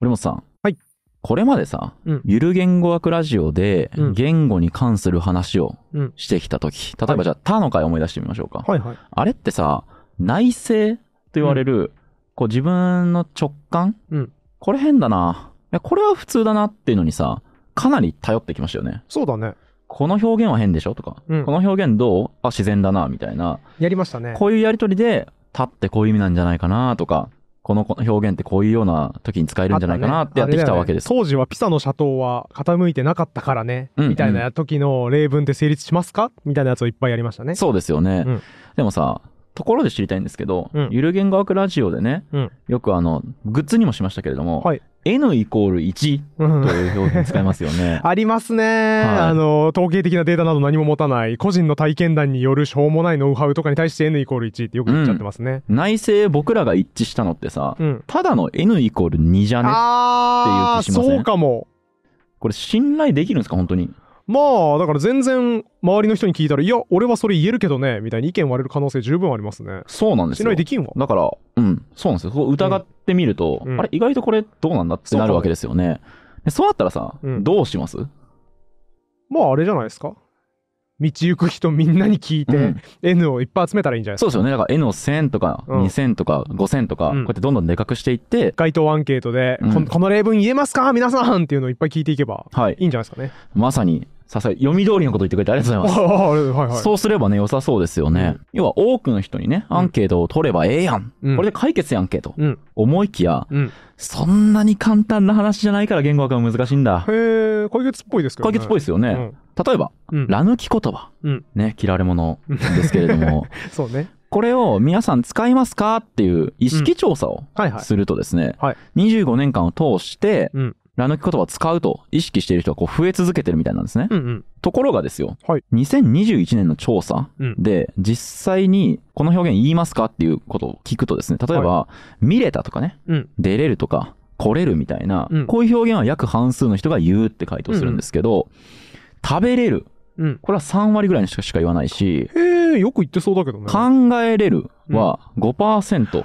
本さん。はい。これまでさ、うんゆる言語学ラジオでうん言語に関する話をうんしてきたとき、例えばじゃあ、他の回思い出してみましょうか。はいはい。あれってさ、内省と言われる、こう自分の直感、うんこれ変だな。いや、これは普通だなっていうのにさ、かなり頼ってきましたよね。そうだね。この表現は変でしょとか、うんこの表現どうあ、自然だな、みたいな。やりましたね。こういうやりとりで、立ってこういう意味なんじゃないかなとか、このこの表現ってこういうような時に使えるんじゃないかなってやってきたわけです。あれだよね当時はピサの斜塔は傾いてなかったからね、うんみたいな時の例文で成立しますかみたいなやつをいっぱいやりましたね。そうですよね、うんでもさ、ところで知りたいんですけど、うんゆる言語学ラジオでね、うんよくあの、グッズにもしましたけれども、はい N イコール1うんという表現使いますよね。 ありますね、いあの統計的なデータなど何も持たない個人の体験談によるしょうもないノウハウとかに対して N イコール1ってよく言っちゃってますね。内政僕らが一致したのってさ、うんただの N イコール2じゃねあっていう気しませんーそうかもこれ信頼できるんですか本当に。まあだから全然周りの人に聞いたら「いや俺はそれ言えるけどね」みたいに意見割れる可能性十分ありますねそうなんです信よ頼。できんわだから、うん、そうなんですよ。こう疑ってみると、うんあれ意外とこれどうなんだってなるわけですよね。でそうなったらさ、うんどうします、まああれじゃないですか道行く人みんなに聞いて、うん N をいっぱい集めたらいいんじゃないですそかうですよね。だから N を1000とかうん2000とか5000とか、うんこうやってどんどんでかくしていって、街頭アンケートで、うんこんこの例文言えますか皆さん」っていうのをいっぱい聞いていけばはいい。いんじゃないですかね。まさに、ささ読み通りのこと言ってくれてありがとうございます。はいはいそうすればね、良さそうですよね。要は多くの人にね、アンケートを取ればええやん。うんこれで解決やんけとうん思いきや、うん、へそんなに簡単な話じゃないから言語学は難しいんだ。え解決っぽいですけど解ね。決っぽいいですよね。例ええば、うんうんラ抜き言葉。うんね、嫌われ者ですけれども、 そうね。 これを皆さん使いますかっていう意識調査をはいはい。するとですね、はい25年間を通して、うんラ抜き言葉を使うと意識している人がこう増え続けてるみたいなんですね。うんうん。ところがですよ、はい2021年の調査うんで実際にこの表現言いますかっていうことを聞くとですね、例えば、見れたとかね、うん出れるとか、来れるみたいな、うんこういう表現は約半数の人が言うって回答するんですけど、食べれる、うん。これは3割ぐらいの人しか言わないし、へえよく言ってそうだけどね。考えれるは5%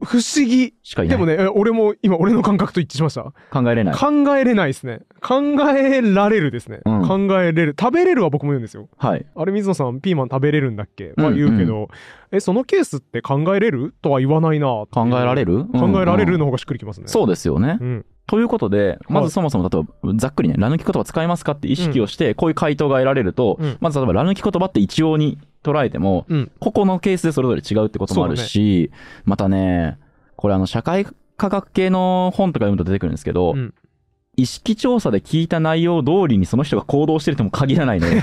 不思議。しかいなでい。もね、え俺も今俺の感覚と一致しました。考えれない。考えれないですね。考えられるですね。うん考えれる。食べれるは僕も言うんですよ。はい。あれ水野さんピーマン食べれるんだっけはうん言うけど、えそのケースって考えれるとは言わないな考えられるる考えられうんうるんの方がしっくりきますね、そうですよね。うんということで、まずそもそも例えば、ざっくりね、ラ抜き言葉使いますかって意識をして、こういう回答が得られると、うんまず例えば、ラ抜き言葉って一応に捉えても、うんここのケースでそれぞれ違うってこともあるし、またね、これあの、社会科学系の本とか読むと出てくるんですけど、うん意識調査で聞いた内容通りにその人が行動してるとも限らない ので、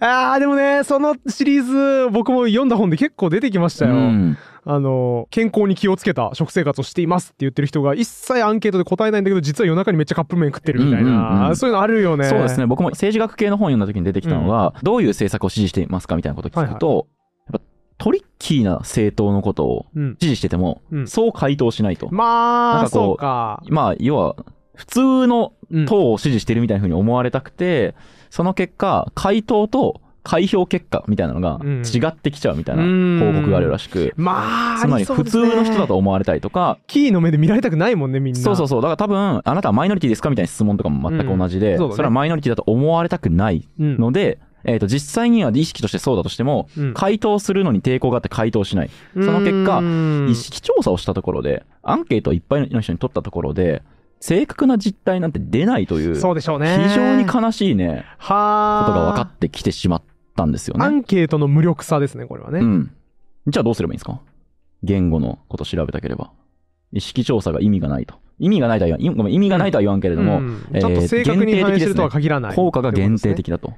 あーでもねそのシリーズ僕も読んだ本で結構出てきましたうよ、ん、あの健康に気をつけた食生活をしていますって言ってる人が一切アンケートで答えないんだけど実は夜中にめっちゃカップ麺食ってるみたいな、うんうんうんそういうのあるよねそうですね、僕も政治学系の本読んだ時に出てきたのが、どういう政策を支持していますかみたいなことを聞くと、やっぱトリッキーな政党のことをうん支持してても、うんそう回答しないと。まなんかあこうそうか、まあ、要は、普通のうん党を支持してるみたいな風に思われたくて、その結果、回答と開票結果みたいなのがうん違ってきちゃうみたいなうん報告があるらしく、まあつまりあそう普です通ねの人だと思われたりとか、キーの目で見られたくないもんねみんなそうそうそう、だから多分、あなたはマイノリティですかみたいな質問とかも全く同じで、うんそうだねそれはマイノリティだと思われたくないうんので、えっ、と、実際には意識としてそうだとしても、うん回答するのに抵抗があって回答しない。その結果う、ーん意識調査をしたところで、アンケートをいっぱいの人に取ったところで、正確な実態なんて出ないという、そうでしょうね。非常に悲しいね、こはとが分かあってきてしまったんですよアね。ンケートの無力さですね、これはね。うん。じゃあどうすればいいんですか言語のこと調べたければ。意識調査が意味がないと。意味がないとは言わんいごめん、意味がないとは言わんけれども、うんえーちゃんと正確に反映するとは限らない、効果が限定的だと。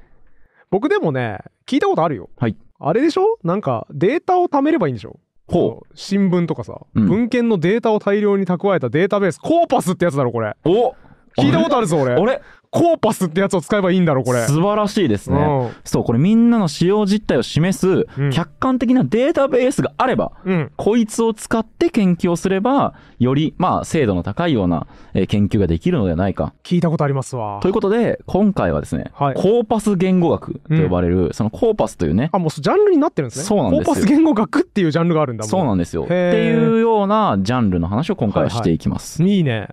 僕でもね、聞いたことあるよ。はいあれでしょなんか、データを貯めればいいんでしょほう。新聞とかさ、うん文献のデータを大量に蓄えたデータベース、コーパスってやつだろ、これ。う。お聞いたことあるぞ、俺。あれコーパスってやつを使えばいいんだろ、これ。素晴らしいですね。うんそう、これみんなの使用実態を示すうん客観的なデータベースがあれば、うん。こいつを使って研究をすれば、より、まあ、精度の高いようなえー研究ができるのではないか。聞いたことありますわとい。うことで、今回はですね、はいコーパス言語学と呼ばれる、そのコーパスというね、あ、もうジャンルになってるんですね。そうなんですよコーパス言語学っていうジャンルがあるんだもん。そうなんですよ。っへーていうようなジャンルの話を今回はしていきます。いいね。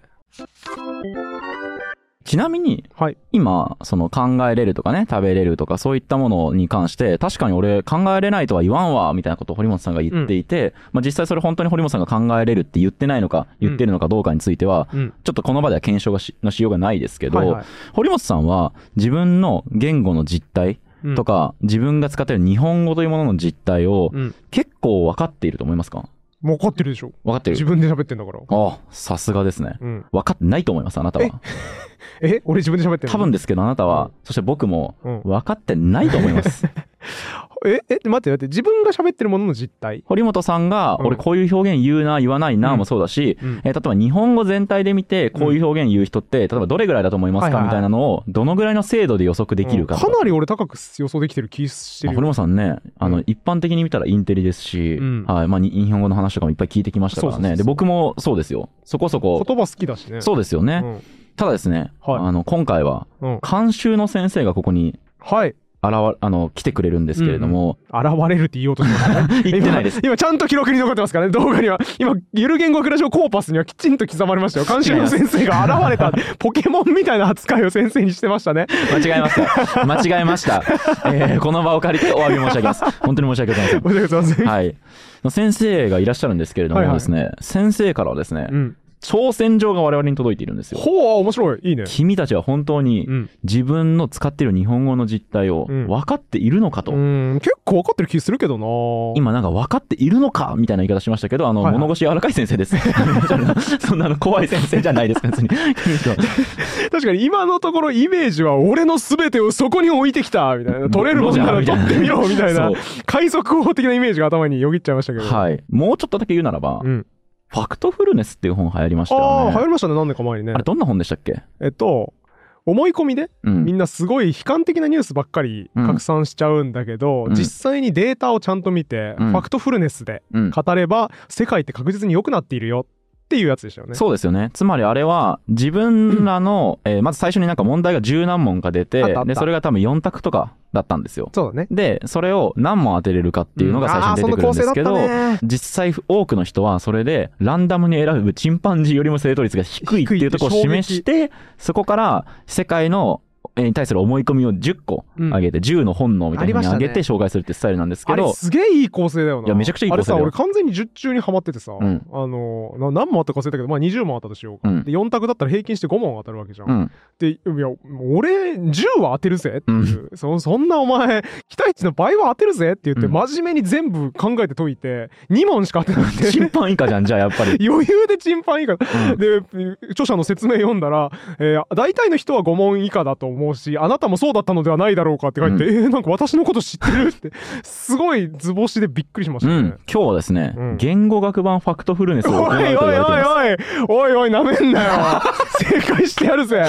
ちなみに、はい今、その考えれるとかね、食べれるとか、そういったものに関して、確かに俺考えれないとは言わんわ、みたいなことを堀本さんが言っていて、まあ実際それ本当に堀本さんが考えれるって言ってないのか、言ってるのかどうかについては、うん。ちょっとこの場では検証がしのしようがないですけど、はいはい堀本さんは自分の言語の実態うんとか、自分が使ってる日本語というものの実態をうん。結構分かっていると思いますかもう分かってるでしょ。分かって自る分で喋ってんだから。ああ、さすがですね。うん。分かってないと思います、あなたは。え俺自分で喋ってる多分。ですけど、あなたは、そして僕も、うん。分かってないと思い ます。え、え、待って待って。自分が喋ってるものの実態。堀本さんが、うん俺こういう表現言うな、言わないな、うんもそうだし、うん。えー例えば日本語全体で見て、こういう表現言う人って、例えばどれぐらいだと思いますはいはかいはいみたいなのを、どのぐらいの精度で予測できるかとか。かなり俺高く予想できてる気してまある堀よ。本さんね、あうのん一般的に見たらインテリですし、うんはいまあ、に日本語の話とかもいっぱい聞いてきましたからそうそうそね、うで僕もそうですよ、そこそこ、言葉好きだしね。そうですよね、うんただですね、はいあの今回はうん。監修の先生がここにはい。現れあの来てくれるんですけれども、現れるって言おうとしました ね。言ってないです今。今ちゃんと記録に残ってますからね、動画には。今、ゆる言語暮らしをコーパスにはきちんと刻まれましたよ。監修の先生が現れた、ポケモンみたいな扱いを先生にしてましたね。間違えま した、間違えました、えーこの場を借りてお詫び申し上げます、本当に申し訳ございません。申し訳ございません。はい、先生がいらっしゃるんですけれどはいもはいですね、先生からはですね、うん。挑戦状が我々に届いているんですよ。ほう、面白い。いいね。君たちは本当にうん。自分の使っている日本語の実態をうん分かっているのかと、うん、結構分かってる気するけどな今なんか分かっているのかみたいな言い方しましたけどあの、はいはい物腰柔らかい先生です そんなあの怖い先生じゃないです別に確かに今のところイメージは俺の全てをそこに置いてきたみたいな取れるもんなら取ってみ ろみたいなそう海賊王的なイメージが頭によぎっちゃいましたけど、はいもうちょっとだけ言うならば、うん、ファクトフルネスっていう本流行りましたあよあね流行りましたね何年か前にねあれどんな本でしたっけ、えっと思い込みでうんみんなすごい悲観的なニュースばっかりうん拡散しちゃうんだけど、うん実際にデータをちゃんと見て、うんファクトフルネスでうん語れば世界って確実に良くなっているよっていうやつでしたよね。そうですよねつまりあれは自分らの、えーまず最初になんか問題が十何問か出あったてあったでそれが多分4択とかだったんですよそうだね。でそれを何問当てれるかっていうのが最初に出てくるんですけど、うんあーその構成だったね実際多くの人はそれでランダムに選ぶチンパンジーよりも正答率が低いっていうところを示してそこから世界のえーに対する思い込みを10個上げて、10の本能みたいなのに上げて紹介するってスタイルなんですけあれど、すげえいい構成だよな。いやめちゃくちゃいい構成だよあれさ、俺完全に10中にはまっててさ、うんあのな何問あったか忘れたけど、まあ20問あったとしようか。うんで、4択だったら平均して5問当たるわけじゃん。うん、で、いや、もう俺10は当てるぜっていう、そそんなお前、期待値の倍は当てるぜって言って、うん真面目に全部考えて解いて、2問しか当てなく チてン。パン以下じゃんじゃあやっぱ り、余裕でチンパン以下うんで著者の説明読んだら、えー大体の人は5問以下だと思うしあなたもそうだったのではないだろうかって書いて、えーなんか私のこと知ってるってすごい図星でびっくりしましうたね。ん、今日はですね、うん言語学版ファクトフルネスを行うおといおい言われていますおいおいおいおいなめんなよ 正解してやるぜ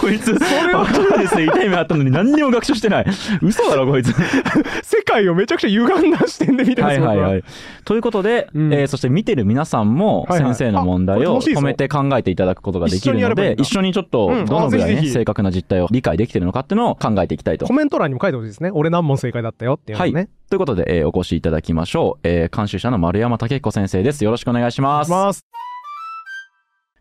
こいつファクトフルネスで痛い目あったのに何にも学習してない嘘だろこいつ世界をめちゃくちゃ歪んだ視点で見てまはいす僕はいはい。ということで、うんえーそして見てる皆さんもはいはい先生の問題あこれを楽しいぞ止めて考えていただくことができるので、一一緒にちょっとうんどのぐらいあぜひね、ぜひ正確な実態を理解できてるのかっていうのを考えていきたいとコ。メント欄にも書いてほしいですね俺何問正解だったよっていうのはい。ね、ということで、えーお越しいただきましょう。えー監修者の丸山武彦先生です。よろしくお願いしお願まいしす。ます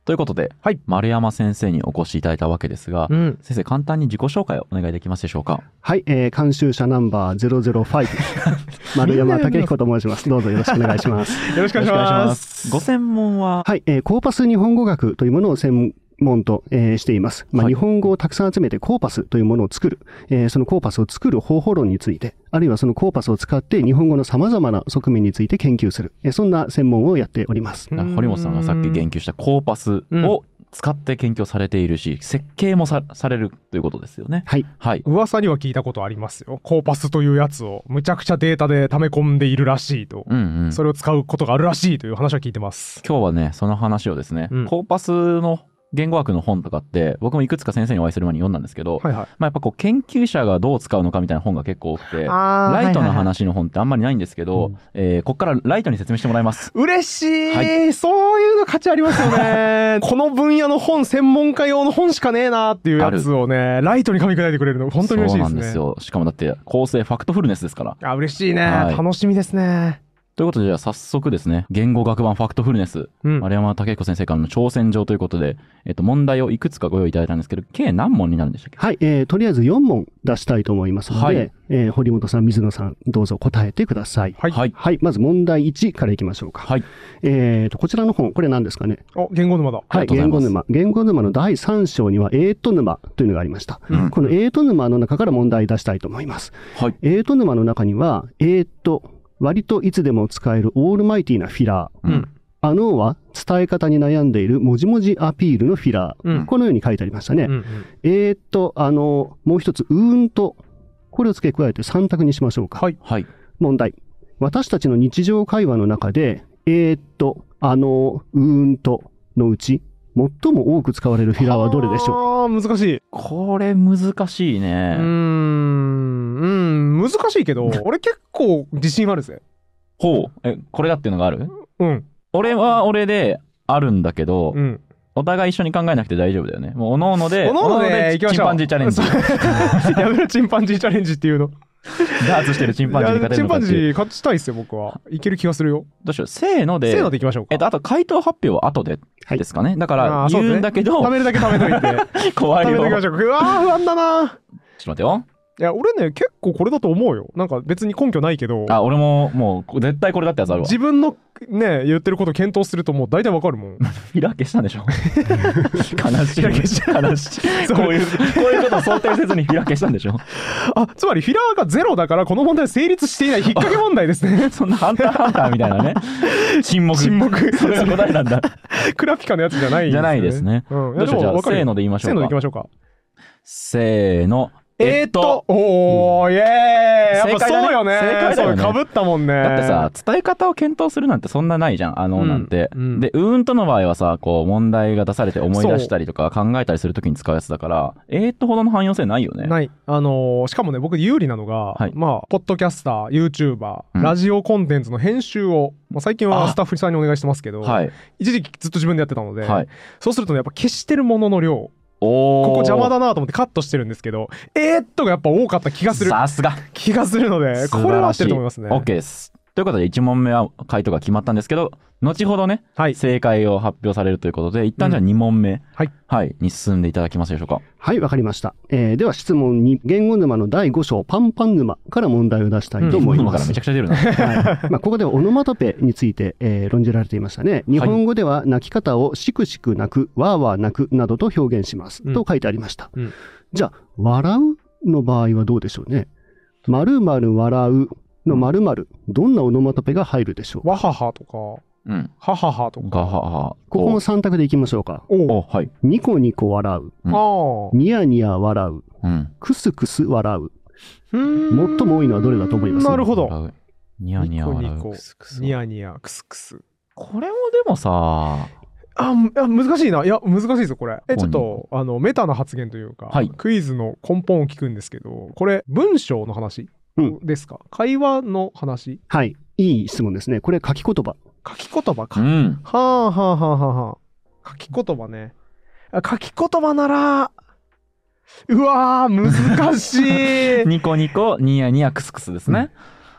ということで、はい丸山先生にお越しいただいたわけですが、うん先生、簡単に自己紹介をお願いできますでしょうか。はい、えー、監修者ナンバー005 丸山武彦と申します。どうぞよろしくお願いします。よろしくお願いしますす。ご専門は、はい、えー、コーパス日本語学というものを専門と、えーしています。まあ、はい日本語をたくさん集めてコーパスというものを作る、えーそのコーパスを作る方法論について、あるいはそのコーパスを使って日本語の様々な側面について研究する、えーそんな専門をやっております。うん堀本さんがさっき言及したコーパスを使って研究をされているし、設計もさされるということですよね。はい。はい。噂には聞いたことありますよコーパスというやつをむちゃくちゃデータで溜め込んでいるらしいと、うんうん。それを使うことがあるらしいという話は聞いてます今日はね、その話をですね、うんコーパスの言語学の本とかって、僕もいくつか先生にお会いする前に読んだんですけど、はいはいまあ、やっぱこう研究者がどう使うのかみたいな本が結構多くて、あライトの話の本ってあんまりないんですけど、うんえーここからライトに説明してもらいます。嬉しい、はそういうの価値ありますよねこの分野の本専門家用の本しかねえなっていうやつをねライトに噛み砕いてくれるの本当に嬉しいですそうねなんですよ。しかもだって構成ファクトフルネスですから。あ嬉しいね、はい楽しみですねとということで、じゃあ早速ですね、言語学版ファクトフルネス、うん。丸山武彦先生からの挑戦状ということで、えっと、問題をいくつかご用意いただいたんですけど、計何問になるんでしたっけはい、えーとりあえず4問出したいと思いますので、はいえー堀本さん、水野さん、どうぞ答えてください。はいはい。はい、まず問題1からいきましょうか。はい。えーと、こちらの本、これ何ですかね。あ、言語沼だ。あはい、りがとう言ご語ざいま沼。言語沼の第3章には、エイト沼というのがありました。うんこのエイト沼の中から問題出したいと思います。はい。エイト沼の中には、えーっと、割といつでも使えるオールマイティなフィラー。うん。あのは伝え方に悩んでいるもじもじアピールのフィラー。うん。このように書いてありましたね。うんうんえーっと、あの、もう一つ、うーんと。これを付け加えて3択にしましょうか。はい。はい。問題。私たちの日常会話の中で、えーっと、あの、うーんとのうち、最も多く使われるフィラーはどれでしょうああ、難しい。うこれ難しいーね。ん。うん、難しいけど、俺結構自信あるぜ。ほう。え、これだっていうのがあるうん。俺は俺で、あるんだけど、うん。お互い一緒に考えなくて大丈夫だよね。もう、おのおので、おのおのでお行きましょうチンパンジーチャレンジ。そう やめろ、チンパンジーチャレンジっていうの。ダーツしてるチンパンジーに勝てチるンのパかってンジいう。ー勝ちたいっすよ、僕は。いける気がするよ。どうしよう。せーので、せーのでいきましょうえっと、か。あと回答発表は後でですかね。だかあらーそう言ねうんだけど、貯めるだけ貯めとい て。怖貯いめよ。ていきちょまっしょう。うわー、不安だな。と待ってよ。いや、俺ね、結構これだと思うよ。なんか別に根拠ないけど、あ、俺ももう絶対これだってやつあるわ。自分のね、言ってること検討するともう大体わかるも ん。フィラー消したんでしょ悲しい。開けし悲しい。こういう、こういうことを想定せずにフィラー消したんでし ょあ、つまりフィラーがゼロだからこの問題は成立していない引っ掛け問題ですね。 そんなハンターハンターみたいなね。沈黙。沈黙それが答え なんだ。クラピカのやつじゃないんじゃないですね。ね。うん、どいやうしでようじゃあ、も分かるせーよので言いましせょーのうでいきか。ましょうか。せーの。えーっと、おー、イエーイや正っぱ解だねそうよね。正解だよねそう、かぶったもんね。だってさ、伝え方を検討するなんてそんなないじゃん、あのうんなんて。うんで、うーんとの場合はさ、こう問題が出されて思い出したりとか考えたりするときに使うやつだから、えーっとほどの汎用性ないよね。ない。あのーしかもね、僕有利なのが、はいまあ、ポッドキャスター、YouTuber、うんラジオコンテンツの編集を、まあ、最近はあスタッフさんにお願いしてますけど、はい。一時期ずっと自分でやってたので、はい。そうするとね、やっぱ消してるものの量、こおーこ邪魔だなと思ってカットしてるんですけど、えーっとがやっぱ多かった気がする。さすが。気がするので、素晴らしいこれは合ってると思いますね。 OK です。ということで、1問目は回答が決まったんですけど、後ほどね、はい。正解を発表されるということで、一旦じゃあ2問目、はいに進んでいただけますでしょうか。はい、わかりました。えーでは質問2、言語沼の第5章、パンパン沼から問題を出したいと思い今まからすめち。ゃくちゃ出るな。はいまあ、ここではオノマトペについて、えー論じられていましたね。日本語では泣き方をしくしく泣く、わーわー泣くなどと表現します。うんと書いてありました。うんじゃあ、笑うの場合はどうでしょうね。まるまる笑うのまるまる、どんなオノマトペが入るでしょうわははとか、うん。はははとか。がはは。ここも3択でいきましょうか。おうお、はい。ニコニコ笑う、うんああ。ニヤニヤ笑う、うん。クスクス笑う。うーん最も多いのはどれだと思いますなるほど。。ニヤニヤ笑う。ニコニコくすくすニヤニヤ、クスクス。これもでもさ、あ、むあ難しいな。いや、難しいぞ、これ。こえ、ちこょっにと、あの、メタな発言というか、はいクイズの根本を聞くんですけど、これ、文章の話うんですか、会話の話はい。いい質問ですね。これ書き言葉。書き言葉うか。はん。あ、はあはあはあはあ、書き言葉ね。あ書き言葉なら、うわー、難し い。ニコニコ、ニヤニヤ、クスクスですね。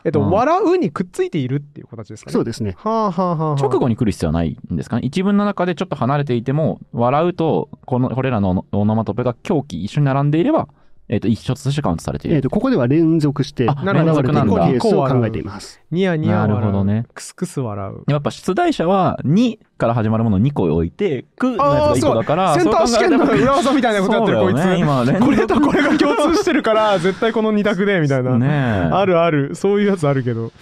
えっと、うん笑うにくっついているっていう形ですかね。そうですね。はあはあはあはあ。直後に来る必要はないんですかね一文の中でちょっと離れていても、笑うと、この、これらのオノマトペが狂気一緒に並んでいれば、えっ、と、一緒としてカウントされていえーる。とここでは連続してあ現れなるほどているケースニコニをコ考えています。ニヤニヤ笑う。なるほどね。クスクス笑う。やっぱ出題者は、2から始まるものを2個置いて、くのやつが1個だから、センターそう考試えた験らの裏技みたいなことやってるこいそうだよね、つ。今連こ続れとこれが共通して るから、絶対この二択で、みたいな。ねえあるある。そういうやつあるけど。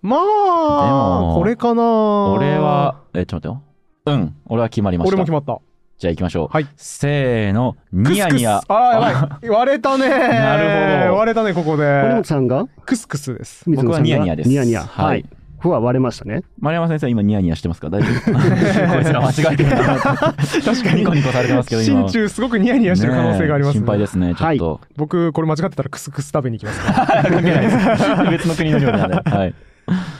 まあも、これかな。俺は、え、ちょっと待ってよ。うん、俺は決まりまし俺た。も決まった。じゃあ行きましょう。はいせーの、ニヤニヤクス。クスああ、やば い。割れたね。なるほど割れたね、ここ堀で本。さんがクスクスです。水僕野はさんがニヤニヤです。ニヤニヤ。ははいい。。ここは割れましたね。丸山先生、今ニヤニヤしてますか大丈夫 こいつら間違えてるな。確かに。ニコニコされてますけど、今。心中すごくニヤニヤしてる可能性がありますねえ心配ですね、ちょっと。僕、これ間違ってたらクスクス食べに行きますから。関係ないです。別の国の料理なんで。はい。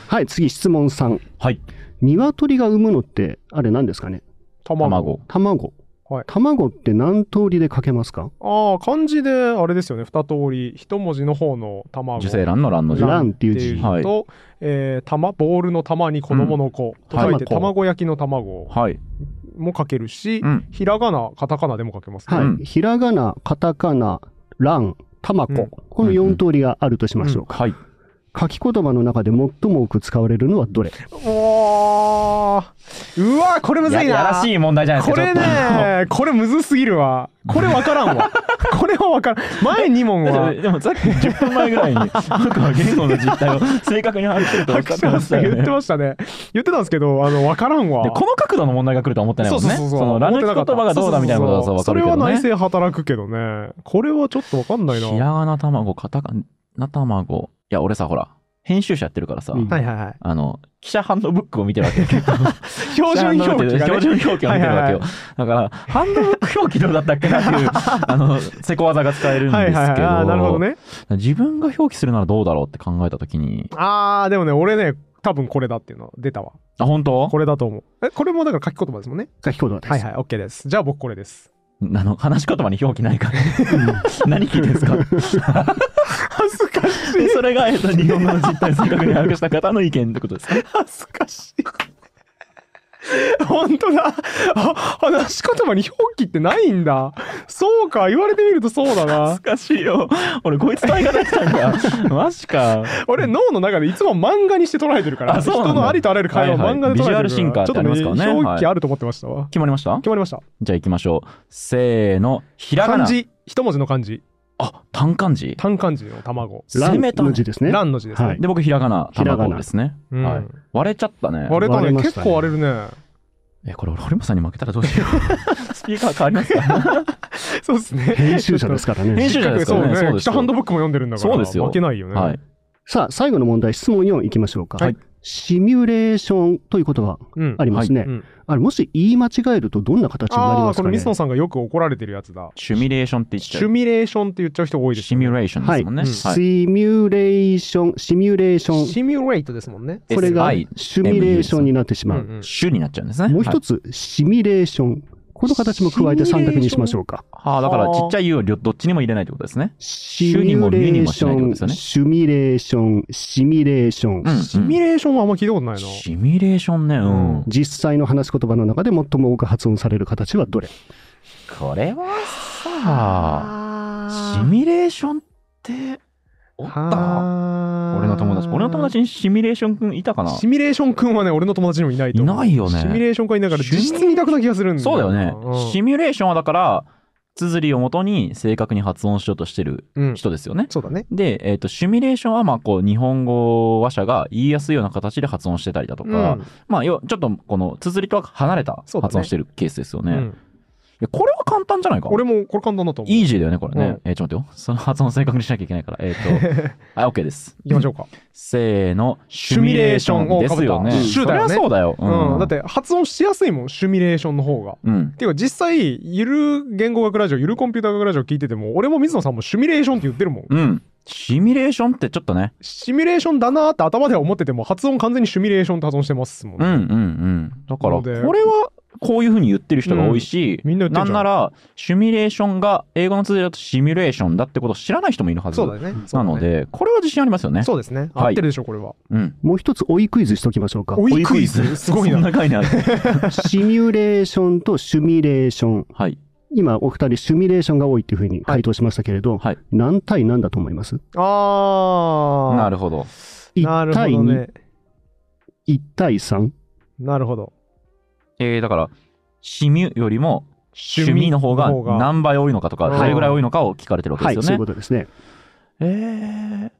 はい、次質問3。はい。鶏が産むのって、あれ何ですかね卵。卵。卵。あはい卵って何通りで書けますかああ、漢字であれですよね、二通り、一文字の方の卵。受精卵の卵の字。卵っていう字は卵いと、えー玉、ボールの玉に子供の子と書いて、はい卵焼きの卵はい。も書けるしう、ん。ひらがな、カタカナでも書けますね。はい、うんひらがな、カタカナ、卵、卵、うんこの4通りがあるとしましょうか。はい。書き言葉の中で最も多く使われるのはどれおーうわーこれむずいな。ややらしい問題じゃないですこか。れちょっと。ね、これむずすぎるわ。これわから んわ。これはわからん。前2問だ っはてでもさっき10分前ぐらいに僕は言語の実態を正確に把握してるとおっしゃ白って紙までしすたっよて言ってね。ましたね。言ってたんですけど、あの、わからんわ。でこの角度の問題が来るとは思ってないもんね。そうそうそうそうの思ラっヌてキな言かった葉がどうだみたいなことはそうわかそるれけどはね。内政働くけどね。これはちょっとわかんないな。ひらがな卵、カタカナ卵。いや、俺さ、ほら、編集者やってるからさ、うんいはいはい。あの、記者ハンドブックを見てるわけよ。 標準表記が、ね、標準表記を見てるわけよ。だから、ハンドブック表記どうだったっけなっていう、 あの、せこ技が使えるんですはけいど、はいはい。あーなるほどね。自分が表記するならどうだろうって考えたときに、あー、でもね、俺ね、多分これだっていうの出たわ。あ、本当これだと思う。え、これもだから書き言葉ですもんね。書き言葉です。はいはい、OK です。じゃあ僕これです。あの、話し言葉に表記ないから。 何聞いてんですか恥ずかしでそれが、えっと、日本語の実態を正確に把握した方の意見ってことですね。恥ずかしい。本当だ。あ、話し言葉に表記ってないんだ。そうか、言われてみるとそうだな恥ず。かしいよ。 俺、こいつ大変だったんだ。マジか。俺脳の中でいつも漫画にして捉えてるからあそうなんだ人のありとあらゆる会話を漫はいは画で捉えてるから、いビジュアルシンカーってありますからねちょっと表記はいあると思ってましたわ、決まりました決まりましたじゃあ行きましょう。せーの、ひらが漢な。字一文字の漢字あ、単漢字。単漢字の卵攻めた卵の字ですね。蘭の字ですね、はいで、僕、ひらがな、ひらが卵なですね。うんはい割れちゃったね。割れた割ねれまし結たね構割れるねえ、これ、俺、堀本さんに負けたらどうしよう。スピーカー変わりますかそうですね編集者ですかからね編。集者ですからね。そうそうねです北よハンドブックも読んでるんだからそうですよ負けないよね、はい。さあ、最後の問題、質問4いきましょうか。はいシミュレーションという言葉うんありますね。はいうんあれ、もし言い間違えるとどんな形になりあまあすかこねれ水野さんがよく怒られてるやつだシミュレーションって言っちシゃュう。ミレーションって言っちゃう人多いですシミュレーションですもんね。ははいいシミュレーション、シミュレーション。シミュレートですもんねこれが SI シュミレーションになってしまう。んん種になっちゃうんですね。もう一つ、シミュレーション。この形も加えて3択にしましょうか。はい。ああ、だから、ちっちゃい U を両どっちにも入れないってことですね。シミミュュレレーーシションョン、シュミレーション、シミュレーション。うん。シミュレーションはあんま聞いたことないなシミュレーションね。うん。実際の話し言葉の中で最も多く発音される形はどれこれはさ、シミュレーションって、おったはー俺の友達。俺の友達にシミュレーションくんいたかなシミュレーション君はね、俺の友達にもいないと思う。いないよねシミュレーション君はいないから、シミュ実質にいたくな気がするんだそうだよね。シミミュレーションはだから、綴りをもとに正確に発音しようとしてるうん、人ですよね。そうだね。で、えっ、と、シミュレーションは、まあ、こう、日本語話者が言いやすいような形で発音してたりだとか、うんまあ、よ、ちょっと、この、綴りとは離れたそうだね発音してるケースですよね。うんいや、これは簡単じゃないか。俺もこれ簡単だと思う。イーいジーだよね、これね。うんえーちょっと待ってよ。その発音正確にしなきゃいけないから。えっ、 と、はい、OK です。きましょうか。せーの、シミュレーションをですよね。被ったシュだよねそりゃそうだよ。うん。だっ、て、発音しやすいもん、シミュレーションの方が。うん。っていうか、実際、ゆる言語学ラジオ、ゆるコンピューター学ラジオ聞いてても、俺も水野さんもシミュレーションって言ってるもん。うん。シミュレーションってちょっとね。シミュレーションだなーって頭では思ってても、発音完全にシミュレーションって発音してますもんうね。んうんうん。だから、このでれは、こういうふうに言ってる人が多いし、うんみんな言ってんじゃんんなら、シミュレーションが、英語の通りだとシミュレーションだってことを知らない人もいるはず。そうだね。なので、これは自信ありますよね。そうですね。はい合ってるでしょ、これは。うん。もう一つ追いクイズしときましょうか。追いクイズすごいなそんな概念 ある。シミュレーションとシュミレーション。はい。今、お二人、シュミレーションが多いっていうふうに回答しましたけれど、はい何対何だと思いますあー。なるほど。なるほ1対ど2ね、。 1対 3? なるほど。えー、だから、シミュよりも、趣味の方が何倍多いのかとうか、んどれぐらい多いのかを聞かれてるわけはでい、すよそういねう。ことですね。え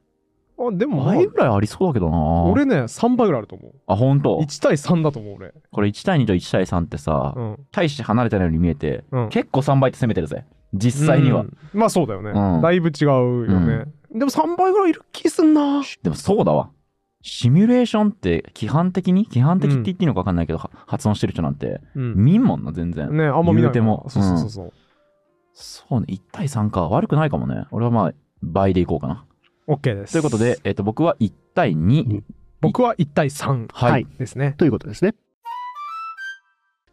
あでー、も、まあ倍ぐらいありそうだけどな。俺ね、3倍ぐらいあると思う。あ、本当。 1対3だと思う、俺。これ1対2と1対3ってさ、うん。大して離れてないように見えて、うん結構3倍って攻めてるぜ。実際には。うんまあそうだよね。うんだいぶ違うよね。でも3倍ぐらいいる気すんな。でもそうだわ。シミュレーションって規範的に規範的って言っていいのか分かんないけど、は発音してる人なんてうん。見んもんな全然、ね、あんま見言なうい。てもそうそうそうそう。そうね1対3か悪くないかもね俺はまあ倍でいこうかな OK です。ということで、えっと僕は1対2、僕は1対3はい、はいですね。ということですね。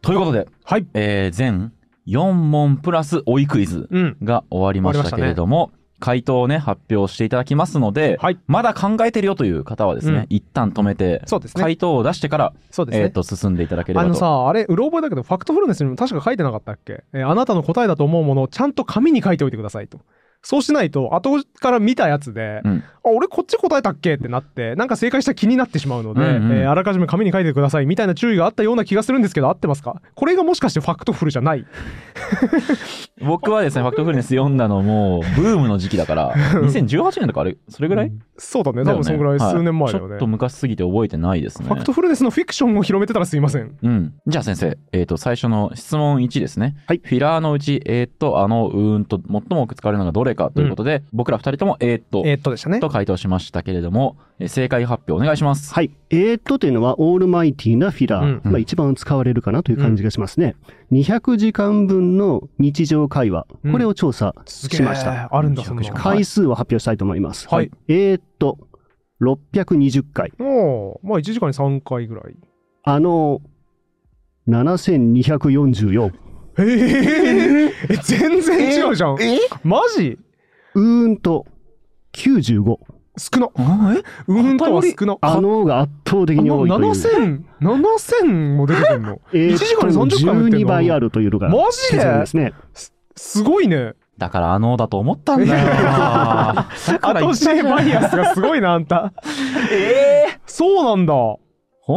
ということで、はい。えー全4問プラス追いクイズうん。が終わりましたけれども、回答をね、発表していただきますので、はいまだ考えてるよという方はですね、うん一旦止めて、そうですね回答を出してから、そうですえっ、ね。と、進んでいただければあと。のさ、あれ、うろ覚えだけど、ファクトフルネスにも確か書いてなかったっけ、えーあなたの答えだと思うものをちゃんと紙に書いておいてくださいと。そうしないと、後から見たやつで、うんあ、俺こっち答えたっけってなって、なんか正解した気になってしまうので、うんうんえーあらかじめ紙に書いてくださいみたいな注意があったような気がするんですけど、合ってますかこれがもしかしてファクトフルじゃない。僕はですね、ファクトフルネス読んだのも、ブームの時期だ から、2018年とかあれ、それぐらい、うんそうだね、多分そのぐらいは数年前だちよょね。っと昔すぎて覚えてないですね。ファクトフルネスのフィクションを広めてたらすいません。うん。じゃあ先生、えっ、と、最初の質問1ですね。はいフィラーのうち、えっ、と、あの、うーんと、最も多く使われるのがどれかということで、僕ら2人とも、えっ、と、えーっとでしたね。と回答しましたけれども、えー正解発表お願いします。はい。えー、っとというのは、オールマイティなフィラー。うんまあ、一番使われるかなという感じがしますね。200時間分の日常会話。うんこれを調査しました。すげえあるんだ、そんな200時の間回数を発表したいと思います。はい。えー、っと、620回。おーまあ1時間に3回ぐらい。あの、7244。えー、え全然違うじゃん。えマジうーんと、95。少な。あえうーんとは少な。あのが圧倒的に多いという。 7000、7000も出てくるの。えーっと1時間に30回も言ってん12の倍あるというのが。マジ計算ですね。すごいね。だからあのだと思ったんだよ な。だから言後っ知たれじゃんバイアスがすごいな、あんた。えーそうなんだ。ほ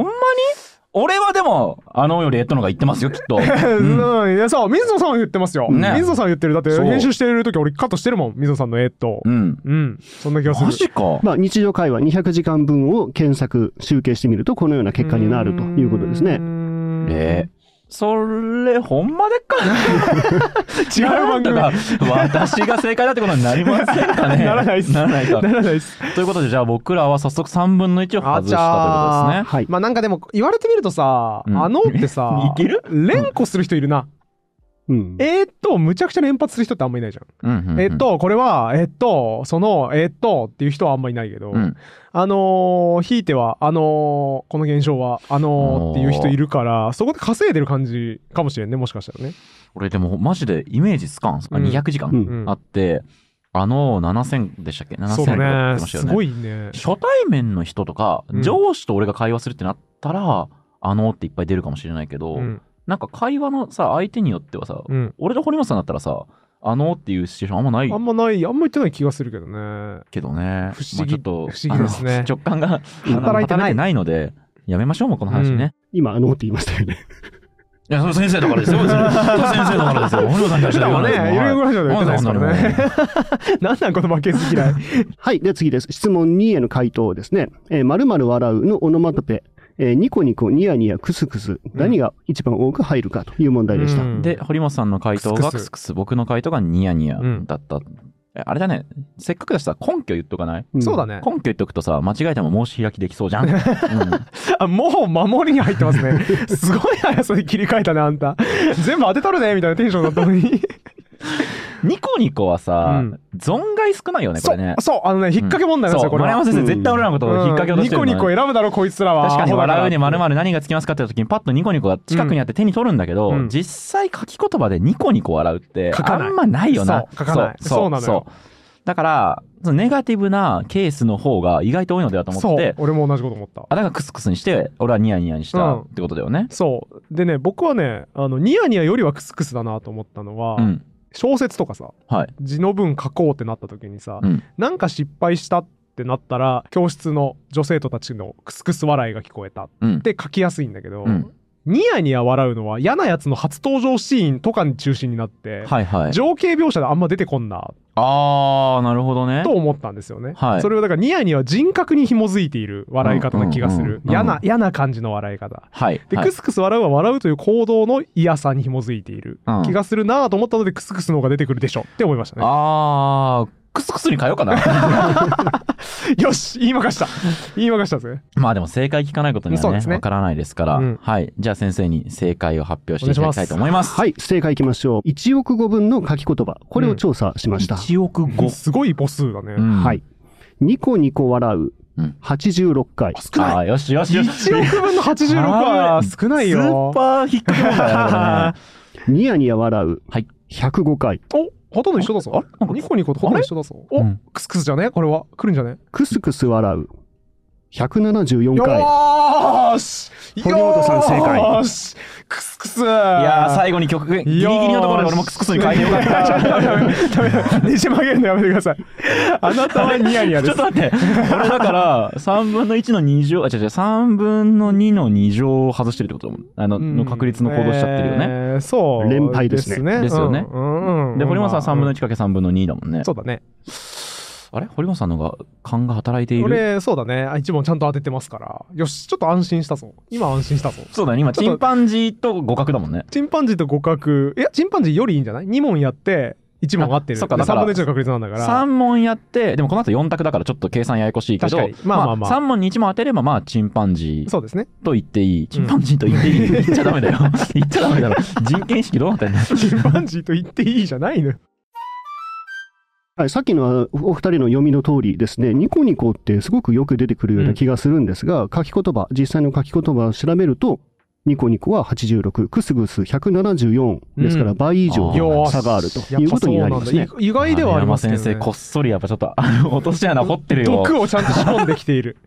んまに俺はでも、あのよりえっとのが言ってますよ、きっ と。うんうん、いやさ、水野さんは言ってますよ。ね水野さんは言ってる。だってそう編集してる時俺カットしてるもん、水野さんのえーっとう。ん。うん、そんな気がする。マジか。まあ、日常会話200時間分を検索、集計してみると、このような結果になるということですね。えーそれ、ほんまでっか 違う番組。だから私が正解だってことになりませんかね ならないっすならないかな。らないです。ということで、じゃあ僕らは早速3分の1を外したということですね。はい。まあなんかでも言われてみるとさ、うんあのってさ いける連呼する人いるな、うんえー、っとむちゃくちゃ連発する人ってあんまいないじゃん、うんうんうんえーっ、とこれはえーっとそのえーっとっていう人はあんまいないけど、うんあのー、ひいてはあのー、この現象はあのー、っていう人いるからそこで稼いでる感じかもしれんねもしかしたらね俺でもマジでイメージつかん。うん200時間うんうんあって、あの7000でしたっけ ?7000 そうとか言っだねてましたすよね。ごいね初対面の人とか、うん上司と俺が会話するってなったら、あのっていっぱい出るかもしれないけど、うんなんか会話のさ、相手によってはさ、うん俺と堀本さんだったらさ、あのっていうシチュエーションあんまないあんまないあんま言ってない気がするけどねけどね。不思議まあちょっと不思議ですねあの直感がうん働いてないあのないので、やめましょうもうこの話ね。今、あのって言いましたよね。 いや、その先生だからですよ。別にその先生だからですよ。堀本さんからし普たら段はねゆる言ぐわらいじゃ言ってでないですすもかんはいらね なんなんこの負けず嫌いはい。で、次です。質問2への回答ですね。えー、〇〇笑うのオノマトペ。えーニコニコ、ニヤニヤ、クスクス。何が一番多く入るかという問題でした。うんで、堀本さんの回答がクスククススクス、僕の回答がニヤニヤうんだった。えあれだね、せっかくだしさ、根拠言っとかないんそうだ。ね根拠言っとくとさ、間違えても申し開きできそう じゃん。うんあもう守りに入ってます ね。すごい速さで切り替えたね、あんた。全部当てたるね、みたいなテンションだった のに。ニコニコはさうん、存外少ないよね、こそれねう、。そう、あのね、引っ掛け問題なんでそすう、よ、これ丸山は。先う生、ん絶対俺らのことを引っ掛け落としてるのうんニよコニコ選ぶだろ、こいつらは。確かにアホだら笑うに〇〇何がつきますかって時にパッとニコニコが近くにあって手に取るんだけど、うん実際書き言葉でニコニコ笑うって書あかないんまないよな。そう書かないそうなのよだから、そのネガティブなケースの方が意外と多いのではと思っそうて、、俺も同じこと思った。あだからクスクスにして、俺はニヤニヤにしたうんってことだよね。そう。でね、僕はね、あの、ニヤニヤよりはクスクスだなと思ったのは、うん。小説とかさ、はい。字の文書こうってなった時にさ、うんなんか失敗したってなったら、教室の女生徒たちのクスクス笑いが聞こえたっうん。て書きやすいんだけど、うんニヤニヤ笑うのは嫌なやつの初登場シーンとかに中心になって、はいはい。情景描写であんま出てこんなあー、なるほどねと。思ったんですよね。はいそれはだからニヤニヤは人格に紐づいている笑い方な気がすうんうんるう。ん嫌うんな、嫌な感じの笑い方。はい。で、はいクスクス笑うは笑うという行動の嫌さに紐づいているうん気がするなぁと思ったので、クスクスの方が出てくるでしょって思いましたね。あー、クスクスに変えようかな。 よし言いまかした言いまかしたぜ。まあでも正解聞かないことにはそうでね、すわ、ねからないですから、うんはい。じゃあ先生に正解を発表していただきたいと思います。はい。正解いきましょう。1億語分の書き言葉。これを調査しました。 1億もう語。すごい母数だね。うんはい。。ニコニコ笑ううん。 86回。少あないあ、よしよしよし。 1億分の86は少ないスよー。パー引っ掛け問題だねニヤニヤ笑う。はい。 105回。おほとんど一緒だぞ。あれニコニコとほとんど一緒だぞ。お、うんクスクスじゃねこれは。来るんじゃねクスクス笑う。174よ回。ーし堀本さん正解よーしクスクスいいやーや最後に曲ギリギリのところで俺もクスクスに変えてよかった。た。ねじ曲げるのやめてください。あなたはニヤニヤちでょっすと。待って、俺だから、3分の1の2乗、あ、違う違う、3分の2の2乗を外してるってことだもんあの、の確率の行動しちゃってるよね。ね。そう。連敗ですねですよねうんうんで、堀本さんは3分の1。 1かけ3分の2だもんね。そうだね。あれ堀本さんの方が勘が働いている。俺、そうだね。あ一問ちゃんと当ててますから。よし、ちょっと安心したぞ。今安心したぞ。そうだね、今、ちょっチとンパンジーと互角だもんね。チンパンジーと互角。いや、チンパンジーよりいいんじゃない ?2 問やって、1問合ってる。あそっかでだから3分の1の確率なんだから。 3問やって、でもこの後4択だからちょっと計算ややこしいけど確かに、まあまあまあ3問に1問当てれば、まあ、チンパンジーそうですね。と言っていい。チンパンジーと言っていい。言っちゃダメだよ。 言っちゃダメだろ。人権意識どうなってんだよ。チンパンジーと言っていいじゃないの。はい、さっきのお二人の読みの通りですね、ニコニコってすごくよく出てくるような気がするんですが、書き言葉、実際の書き言葉を調べると、ニコニコは86、クスグス174ですからうん倍以上あーよ差があるということになりますやっねぱ。そうなんだ意意外ではありますけど、ね、あの山先生、こっそりやっぱちょっと、あの落とし穴掘ってるよ。毒をちゃんと仕込んできて いる。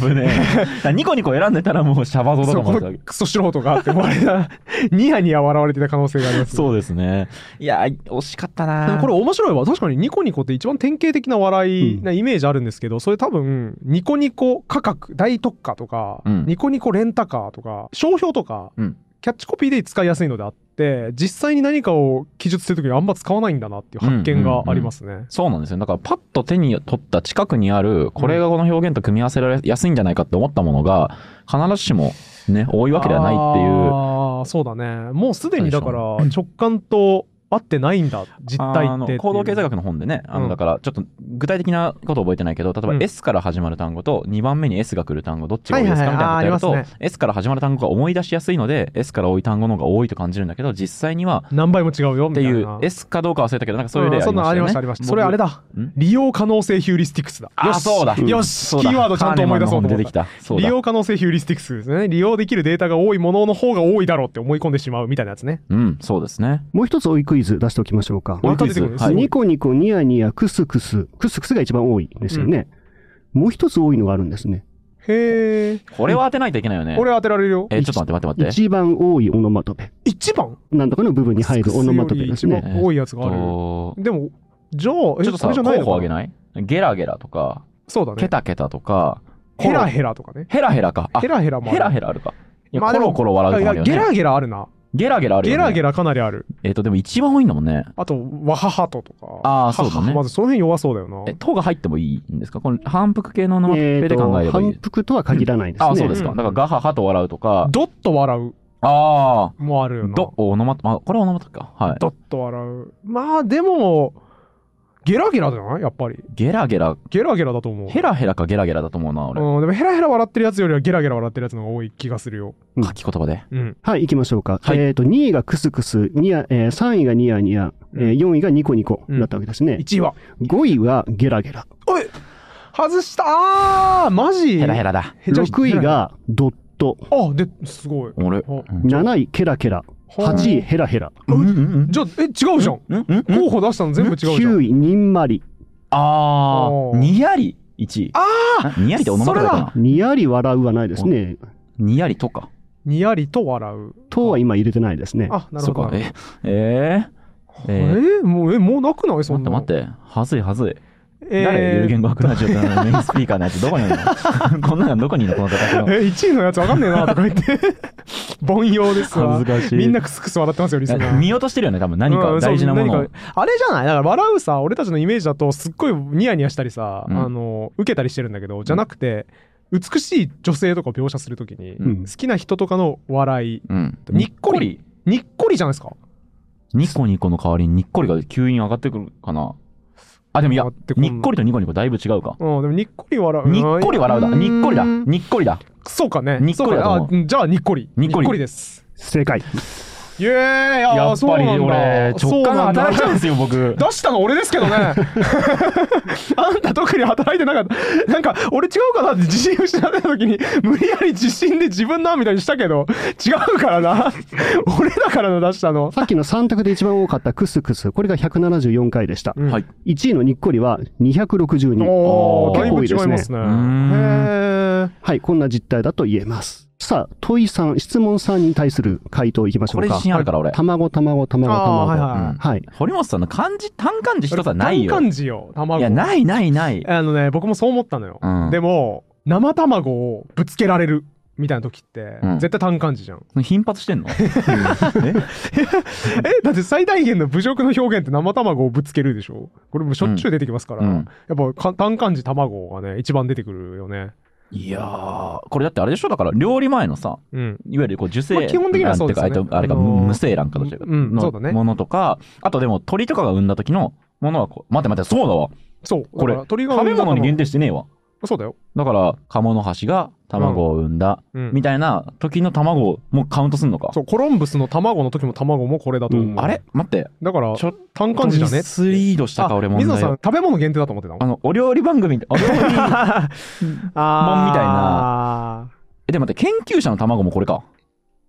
危ねえ。だ からニコニコ選んでたらもうシャバ像だとそう思こってたわのけ。クソ素人があって、もうあれだ、ニヤニヤ笑われてた可能性があります、そうですね。いや、惜しかったでなもこれ面白いわ確かにニコニコって一番典型的な笑いなイメージあるんですけど、それ多分ニコニコ価格大特価とか、うんニコニコレンタカーとか商標とか、うんキャッチコピーで使いやすいのであって実際に何かを記述するときにあんま使わないんだなっていう発見がありますね。そうなんですよ。だからパッと手に取った近くにある、これがこの表現と組み合わせられやすいんじゃないかって思ったものが、必ずしもね、多いわけではないっていう。あーそうだねもうすでにだから直感と合ってないんだ実態あっのて行動経済学の本でね、あうのんだからちょっと具体的なこと覚えてないけど、例えばうん S から始まる単語と2番目に S が来る単語、どっちが多いですかみたいなことやるとはいはいはいあーあります、 S から始まる単語が思い出しやすいので、S から多い単語の方が多いと感じるんだけど、実際には何倍も違うよっみてたいいなう S かどうか忘れたけどなんかそういう例ありましたんそんなのありよまねしたありましたそれあれだん利用可能性ヒューリスティクスだあよしそうだよしそうキだーワードちゃんと思い出そうカーネマンの本と思出ってたきたそう利だ用可能性ヒューリスティクスですね利用できるデータが多いものの方が多いだろうって思い込んでしまうみたいなやつねうんそうですねもう一つ追いクイズ出しておきましょう追いか。クイまた出てズくるんですはすごいニコニコ、ニヤニヤ、クスクス、クスクスが一番多いですよね。もう一つ多いのがあるんですね。へえこれは当てないといけないよね俺当てられるよえちょっと待って待って待って一番多いオノマトペ。一番なんとかの部分に入るオノマトペで一すね。番多いやつがあるとでもじゃあえちょっとそされじ候ゃないの補かあげないゲラゲラとかそうだケねタケタとかヘラヘヘラとかねラヘラヘラかあヘヘラヘラもあるラヘラあるかいやまコあでもロコロ笑うといかあやるよゲねラゲラあるなゲラゲラあるゲよラゲねラかなりあるえっとでも一番多いんだもんねあとワハハトとかあーそうだねははまずその辺弱そうだよなえ「と」が入ってもいいんですかこの反復系のオノマトえペーでと考えればい反い復とは限らないですね。あそうですかだうんからガハハと笑うとかドッと笑うああもあるよなどオノマトあこれはオノマトペかはいドッと笑うまあでもゲラゲラじゃないやっぱりゲラゲラゲラゲラだと思うヘラヘラかゲラゲラだと思うな、俺。うん、でもヘラヘラ笑ってるやつよりはゲラゲラ笑ってるやつの方が多い気がするようん書き言葉で。うんはい、行きましょうか。はいえっ、と、2位がクスクス、ニヤえー、3位がニヤニヤ、えー4位がニコニコだったわけですね。 1位は5位はゲラゲラ。おい外したあーマジヘラヘラだ。へちゃ6位がドット、あですごい俺。ほ7位ケラケラ、は8位ヘラヘラ、うんうんじゃあえ違うじゃんうん。うんうん候補出したの全部違うじゃん9位にんまり、あおー、ーにやり1位。あーにやりってオノマトペかそれなにやり笑うはないですね。にやりとか。にやりと笑うとは今入れてないですね。あなるそほうどか。え、えー、ええーーもうえもうなくないそ待っんてな待って、はずいはずい。えー誰有言語学ラジオってメインスピーカーのやつどこにいる のこんなのどこにいるのこの形の。え1位のやつわかんねえなとか言って 凡庸ですわ恥ずかしい。みんなクスクス笑ってますよリスナー見落としてるよね、多分何うかんそう大事なものを何かあれじゃないだから笑うさ俺たちのイメージだとすっごいニヤニヤしたりさ、うんあの受けたりしてるんだけどじゃなくて、美しい女性とかを描写するときに、ううんん好きな人とかの笑いうん。にっこり。にっこりじゃないですかニコニコの代わりににっこりが急に上がってくるかな。あ、でもいや上がって、こんにっこりとニコニコだいぶ違うか。うんでもにっこり笑うにっこり笑うだ。んにっこりだ。うんにっこりだ。そうかねにっこりだと思うそうかあじゃあにっこりにっこりです正解。いやいややっそうぱりなんだ俺、そ直う感がなんだ働いちゃうんですよ、僕。出したの俺ですけどね あんた特に働いてなかったなんか俺違うかなって自信失ってた時に無理やり自信で自分のみたいにしたけど違うからな 俺だからな出したのさっきの3択で一番多かったクスクス、これが174回でした。うんはい。 1位のにっこりは262。おあおーだいぶ違いますねうーんへえはい、こんな実態だと言えます。さあ、問い3、質問3に対する回答いきまし こょうれ自か。信あるから、俺。卵、卵、卵、あーはい卵。ははい。堀本さんの漢字、単漢字い一つはないよ。単漢字よ卵いや、ないないない。あのね僕もそう思ったのよ、うんでも生卵をぶつけられるみたいな時って、うん絶対単漢字じゃん頻発してんの ええだって最大限の侮辱の表現って生卵をぶつけるでしょこれもうしょっちゅう出てきますから、うんやっぱか単漢字卵がね一番出てくるよねいやー、これだってあれでしょだから、料理前のさ、うんいわゆるこう受精まあ基本的にはそうですよね卵っていうかあれとあれか、あのー無精卵かどっちらかうんうんそうだねのものとか、あとでも鳥とかが産んだ時のものはこう、待って待って、そうだわ。そうこれだから鳥が食べ物に限定してねえわ。そうだよ、だから、カモノハシが卵を産んだ、うんみたいな時の卵をもうカウントすんのか。そうコロンブスの卵の時も卵もこれだと思う、うんあれ待って、だからちょっ単漢字だねミスリードしたか、俺あ問水野題さんを。食べ物限定だと思って たのあの、お料理番 組、お料理みあたいなえ、でも待って、研究者の卵もこれか。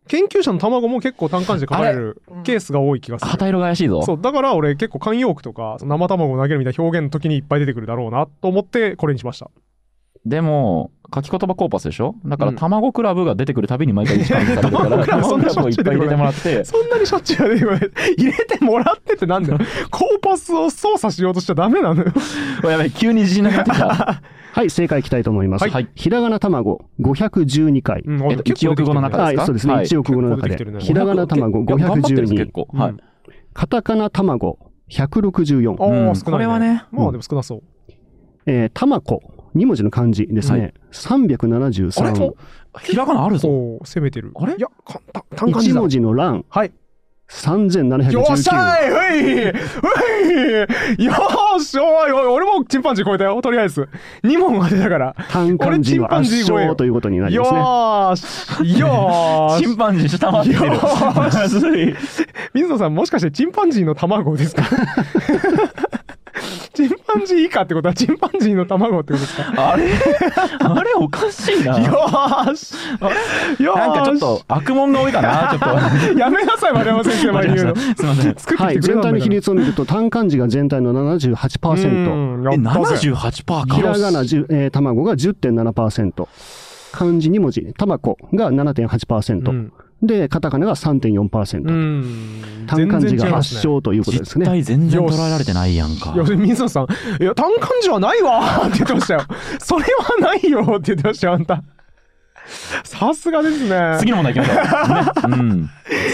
研究者の卵も結構単漢字で書かれるケースが多い気がする旗色が怪しいぞ。そうだから俺結構慣用句とか生卵を投げるみたいな表現の時にいっぱい出てくるだろうなと思ってこれにしましたでも、書き言葉コーパスでしょだから、うん卵クラブが出てくるたびに毎回1番に されるから、卵卵ククラブラブをいっぱい入れてもらって、そんなにしょっちゅうやで今入れてもらってってなんだよコーパスを操作しようとしちゃダメなのよおやべえ、急に自信なくなってき た。はい、正解いきたいと思います。はいひらがな卵、512回。うん俺えっと結構一億出てきてる語の中はい、そうですね。はい1億語の中結構出てきてるで。ねひらがな卵いや頑張ってるんです結512。構。はい。カタカナ卵164。あーうん少ないねこれはね、まあでも少なそうえー、たまこ、2文字の漢字ですね。は373。あれひらがなあるぞ。そう攻めてるあれいや簡単単漢字1だ文字の欄、はいよっしゃ3719。ーいういういよーしおいおい俺もチンパンジー超えたよとりあえず2問当てたから単漢字こはれチンパンジ圧ー超えよ勝ということになりよますね。ーしよーチしンパンジー下回ってる。まずい。水野さんもしかしてチンパンジーの卵です かチンパンジー以下ってことはチンパンジーの卵ってことですかあれあれおかしいな。よーしあれよーしなんかちょっと悪問が多いかな、ちょっと。やめなさい丸山先生前に言うのすいません。 作ってはきい、てくれ全た体んのだ比率を見ると、単漢字が全体の78%、え、え78%か。ひらがな、10えー、卵が10.7%、漢字2文字、たまこが7.8%、うんで、カタカナが3.4%、うん単漢字が圧ね勝ということです実ね。態全然捉えられてないやんかい。や水野さん「いや単漢字はないわ」って言ってましたよ「それはないよ」って言ってましたよあんたさすがですね次の問題行きましょう。ねうん。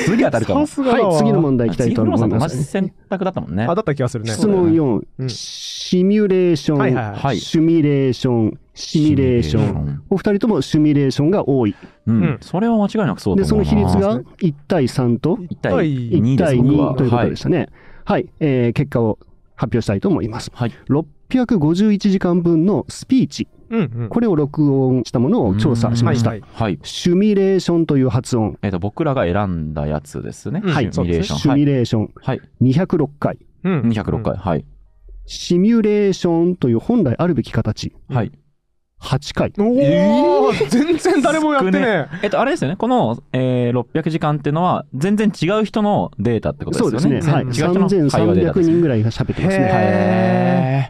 次当たるかもさ。すがはだわい、次の問題いきたい次との思さいんとま同すじ。選択だったもんねあ。だった気がするね質問4、うんシミュレーション、はいはいはいシミュレーション、シミュレーシショミュレーションン。お二人ともシミュレーションが多い。ううんん。それは間違いなくそうだとで、そ思のうな。比率が1対3と1対1 2です対僕2はということでしたね。はい、えー結果を発表したいと思います。はい。 651時間分のスピーチ、うんうんこれを録音したものを調査しましたはい。はいはい。シュミレーションという発音、えっと、僕らが選んだやつですね。うんはいシミュレーション。シュはミい。レーションはい。 206回、うん206回。はい。シミュレーションという本来あるべき形、はい。 8回。おお、全然誰もやってねえ。えっと、あれですよね。この、えー、600時間っていうのは、全然違う人のデータってことそうでですすよね。ね。はい。全然違う人の会話データ3300ですね人ぐらいが喋ってますへね。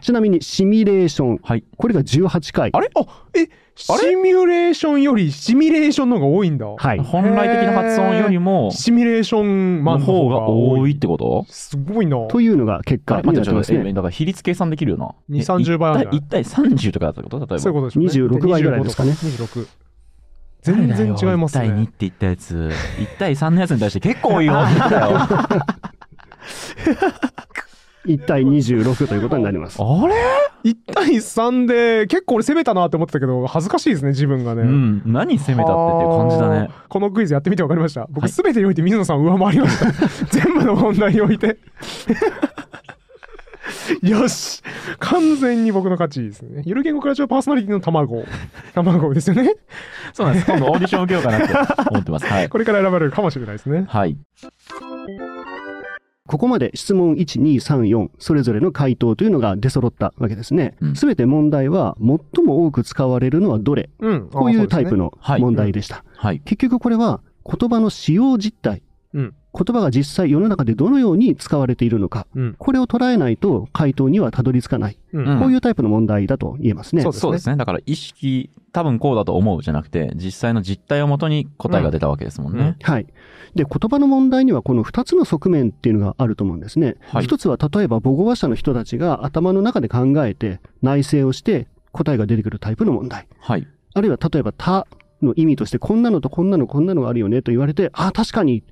へちなみに、シミュレーション。ー。はい。これが18回あ。れあ、え、シミュレーションよりシミュレーションの方が多いんだ。はい。本来的な発音よりも、シミュレーションマのンの方方がが多多い。いってことすごいな。というのが結あ果に待っなっててちょまっすと、えね。だから比率計算できるよな。 2 30倍あるんじゃない1対30とかだったこと例えば。そういうことでしょうね。 26倍ぐらいですかね26。全然違います1対2っねて。言ったやつ、1対3のやつに対して結構多いよって言ったよ。 あ1対26ということになります。れ1対3で結構俺攻めたなって思ってたけど、恥ずかしいですね、自分がね。うん、何攻めたってっていう感じだね。あー。このクイズやってみて分かりました。僕はいすべてにおいて水野さんを上回りました。全部の問題において。よし完全に僕の勝ちですね。ゆる言語クラジオパーソナリティの卵。卵ですよね。そうなんです。今度オーディション受けようかなって思ってます。はい。これから選ばれるかもしれないですね。はい。ここまで質問1、2、3、4、それぞれの回答というのが出揃ったわけですねうん。すべて問題は、最も多く使われるのはどれうん。こういうタイプの。のはい問題でした。はい。結局これは、言葉の使用実態、うん言葉が実際世の中でどのように使われているのか、うんこれを捉えないと回答にはたどり着かない、うんん。こういうタイプの問題だと言えますね。そうですねそうですね。だから意識、多分こうだと思うじゃなくて、実際の実態をもとに答えが出たわけですもんね。はい、で言葉の問題にはこの2つの側面っていうのがあると思うんですね。はい1つは例えば母語話者の人たちが頭の中で考えて内省をして答えが出てくるタイプの問題。はい。あるいは例えば「他」の意味としてこんなのとこんなのこんなのがあるよねと言われて「あ確かに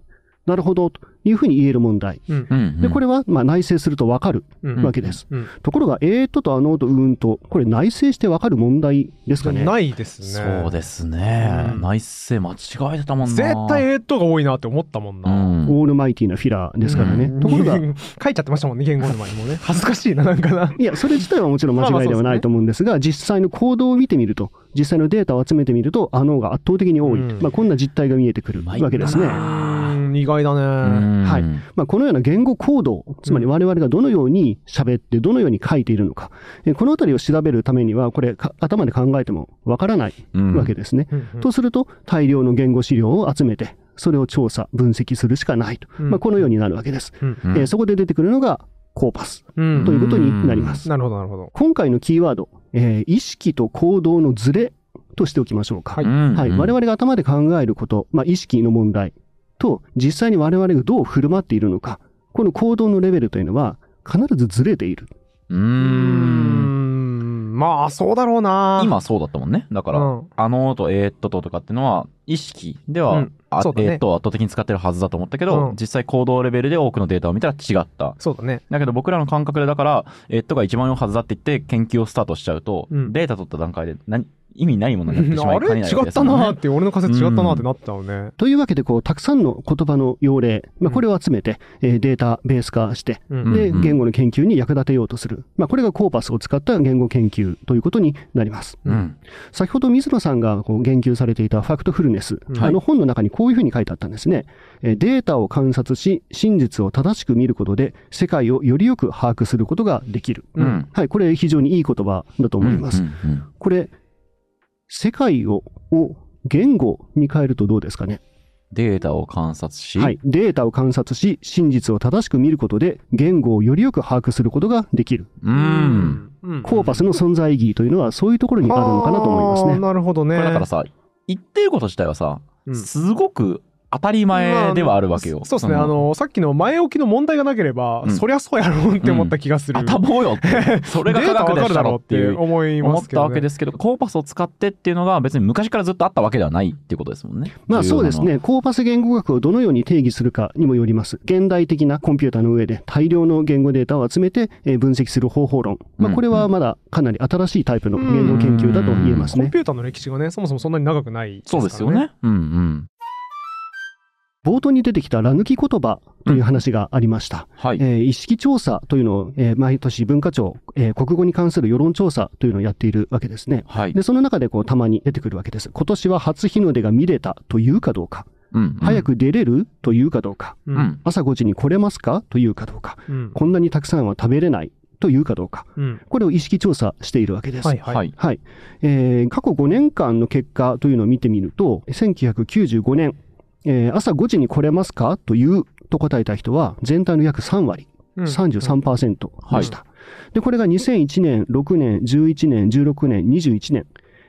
なるほど」というふうに言える問題。うん、うん。でこれはまあ内省すると分かるうんわけです。うんところが、えーっととあのーとうーんと、これ内省して分かる問題ですかね。ないですね。そうですね。うん内政間違えてたもんな。絶対、えっとが多いなって思ったもんうな。ん。オールマイティなフィラーですからね。うんところが、い、 書いちゃってましたもんね、言語の前にもね。恥ずかしいな、なんかな。や、それ自体はもちろん間違いではないと思うんですが、実際の行動を見てみると、実際のデータを集めてみると、あのーが圧倒的に多い、うんまあ、こんな実態が見えてくるわけですうね。まいなうん意外だね。はいい。まあ、このような言語行動、つまり我々がどのように喋って、どのように書いているのか、えーこのあたりを調べるためには、これ、か頭で考えても分からないうんわけですね。うんうんとすると大量の言語資料を集めてそれを調査分析するしかないと、うんまあ、このようになるわけです、うんうんえーそこで出てくるのがコーパスうんということになります、なるほど、なるほど。今回のキーワード、えー意識と行動のズレとしておきましょうか、ははいいうん我々が頭で考えること、まあ、意識の問題と実際に我々がどう振る舞っているのかこの行動のレベルというのは必ずずれているううーん。ん。まあ、そうだろうな。今そうだったもんね。だから、うんあのーとえーっとととかってのは、意識では、うんあそうだねえーっとを圧倒的に使ってるはずだと思ったけど、うん実際行動レベルで多くのデータを見たら違った。そうだね。だけど僕らの感覚でだから、えーっとが一番良いはずだって言って研究をスタートしちゃうと、うんデータ取った段階で何意味ないものになってしまあいかねれ違ないわけでっすたもんねなーって、俺の仮説違ったなーってなっちゃうね。というわけでこうたくさんの言葉の用例、まあ、これを集めて、えーデータベース化してうんうんで、言語の研究に役立てようとする。まあ、これがコーパスを使った言語研究ということになります。うん。先ほど水野さんがこう言及されていたファクトフルネス、はいあの本の中にこういうふうに書いてあったんですね。えーデータを観察し、真実を正しく見ることで、世界をよりよく把握することができる。うん。はい、これ非常にいい言葉だと思います。うんうんこれ、世界をを言語に変えるとどうですかね。データを観察し、はい、データを観察し、真実を正しく見ることで、言語をよりよく把握することができる。う。。うんうんコーパスの存在意義というのはそういうところにあるのかなと思いますあーね。なるほどね。これだからさ、言ってること自体はさ、うんすごく当たり前ではあるわけよ。まあそうですね。あの、さっきの前置きの問題がなければ、うんそりゃそうやろうって思った気がする。あたぼうよって。それが科学でしたろっていう思い思まっすけど、たね。わけですけど、コーパスを使ってっていうのが別に昔からずっとあったわけではないっていうことですもんね。まあそうですね、コーパス言語学をどのように定義するかにもよります。現代的なコンピューターの上で大量の言語データを集めてえー分析する方法論。まうあんこれはまだかなり新しいタイプの言語研究だと言えますコンね。ピューターの歴史がね、そもそもそんなに長くない、そうですよ。ね。うんうん。冒頭に出てきたラ抜き言葉という話がありました。はい。えー意識調査というのを、えー毎年文化庁、えー国語に関する世論調査というのをやっているわけですね。はい。で、その中でこうたまに出てくるわけです。今年は初日の出が見れたというかどうか、うんうん早。く出れるというかどうか、う。うんん。朝5時に来れますかというかどうか、うん。こんなにたくさんは食べれないというかどうか、うん。これを意識調査しているわけです。はいはい。はい。はいえー過去5年間の結果というのを見てみると、1995年、えー朝5時に来れますかというと答えた人は、全体の約3割、うん33%でした。で、これが2001年、6年、11年、16年、21年、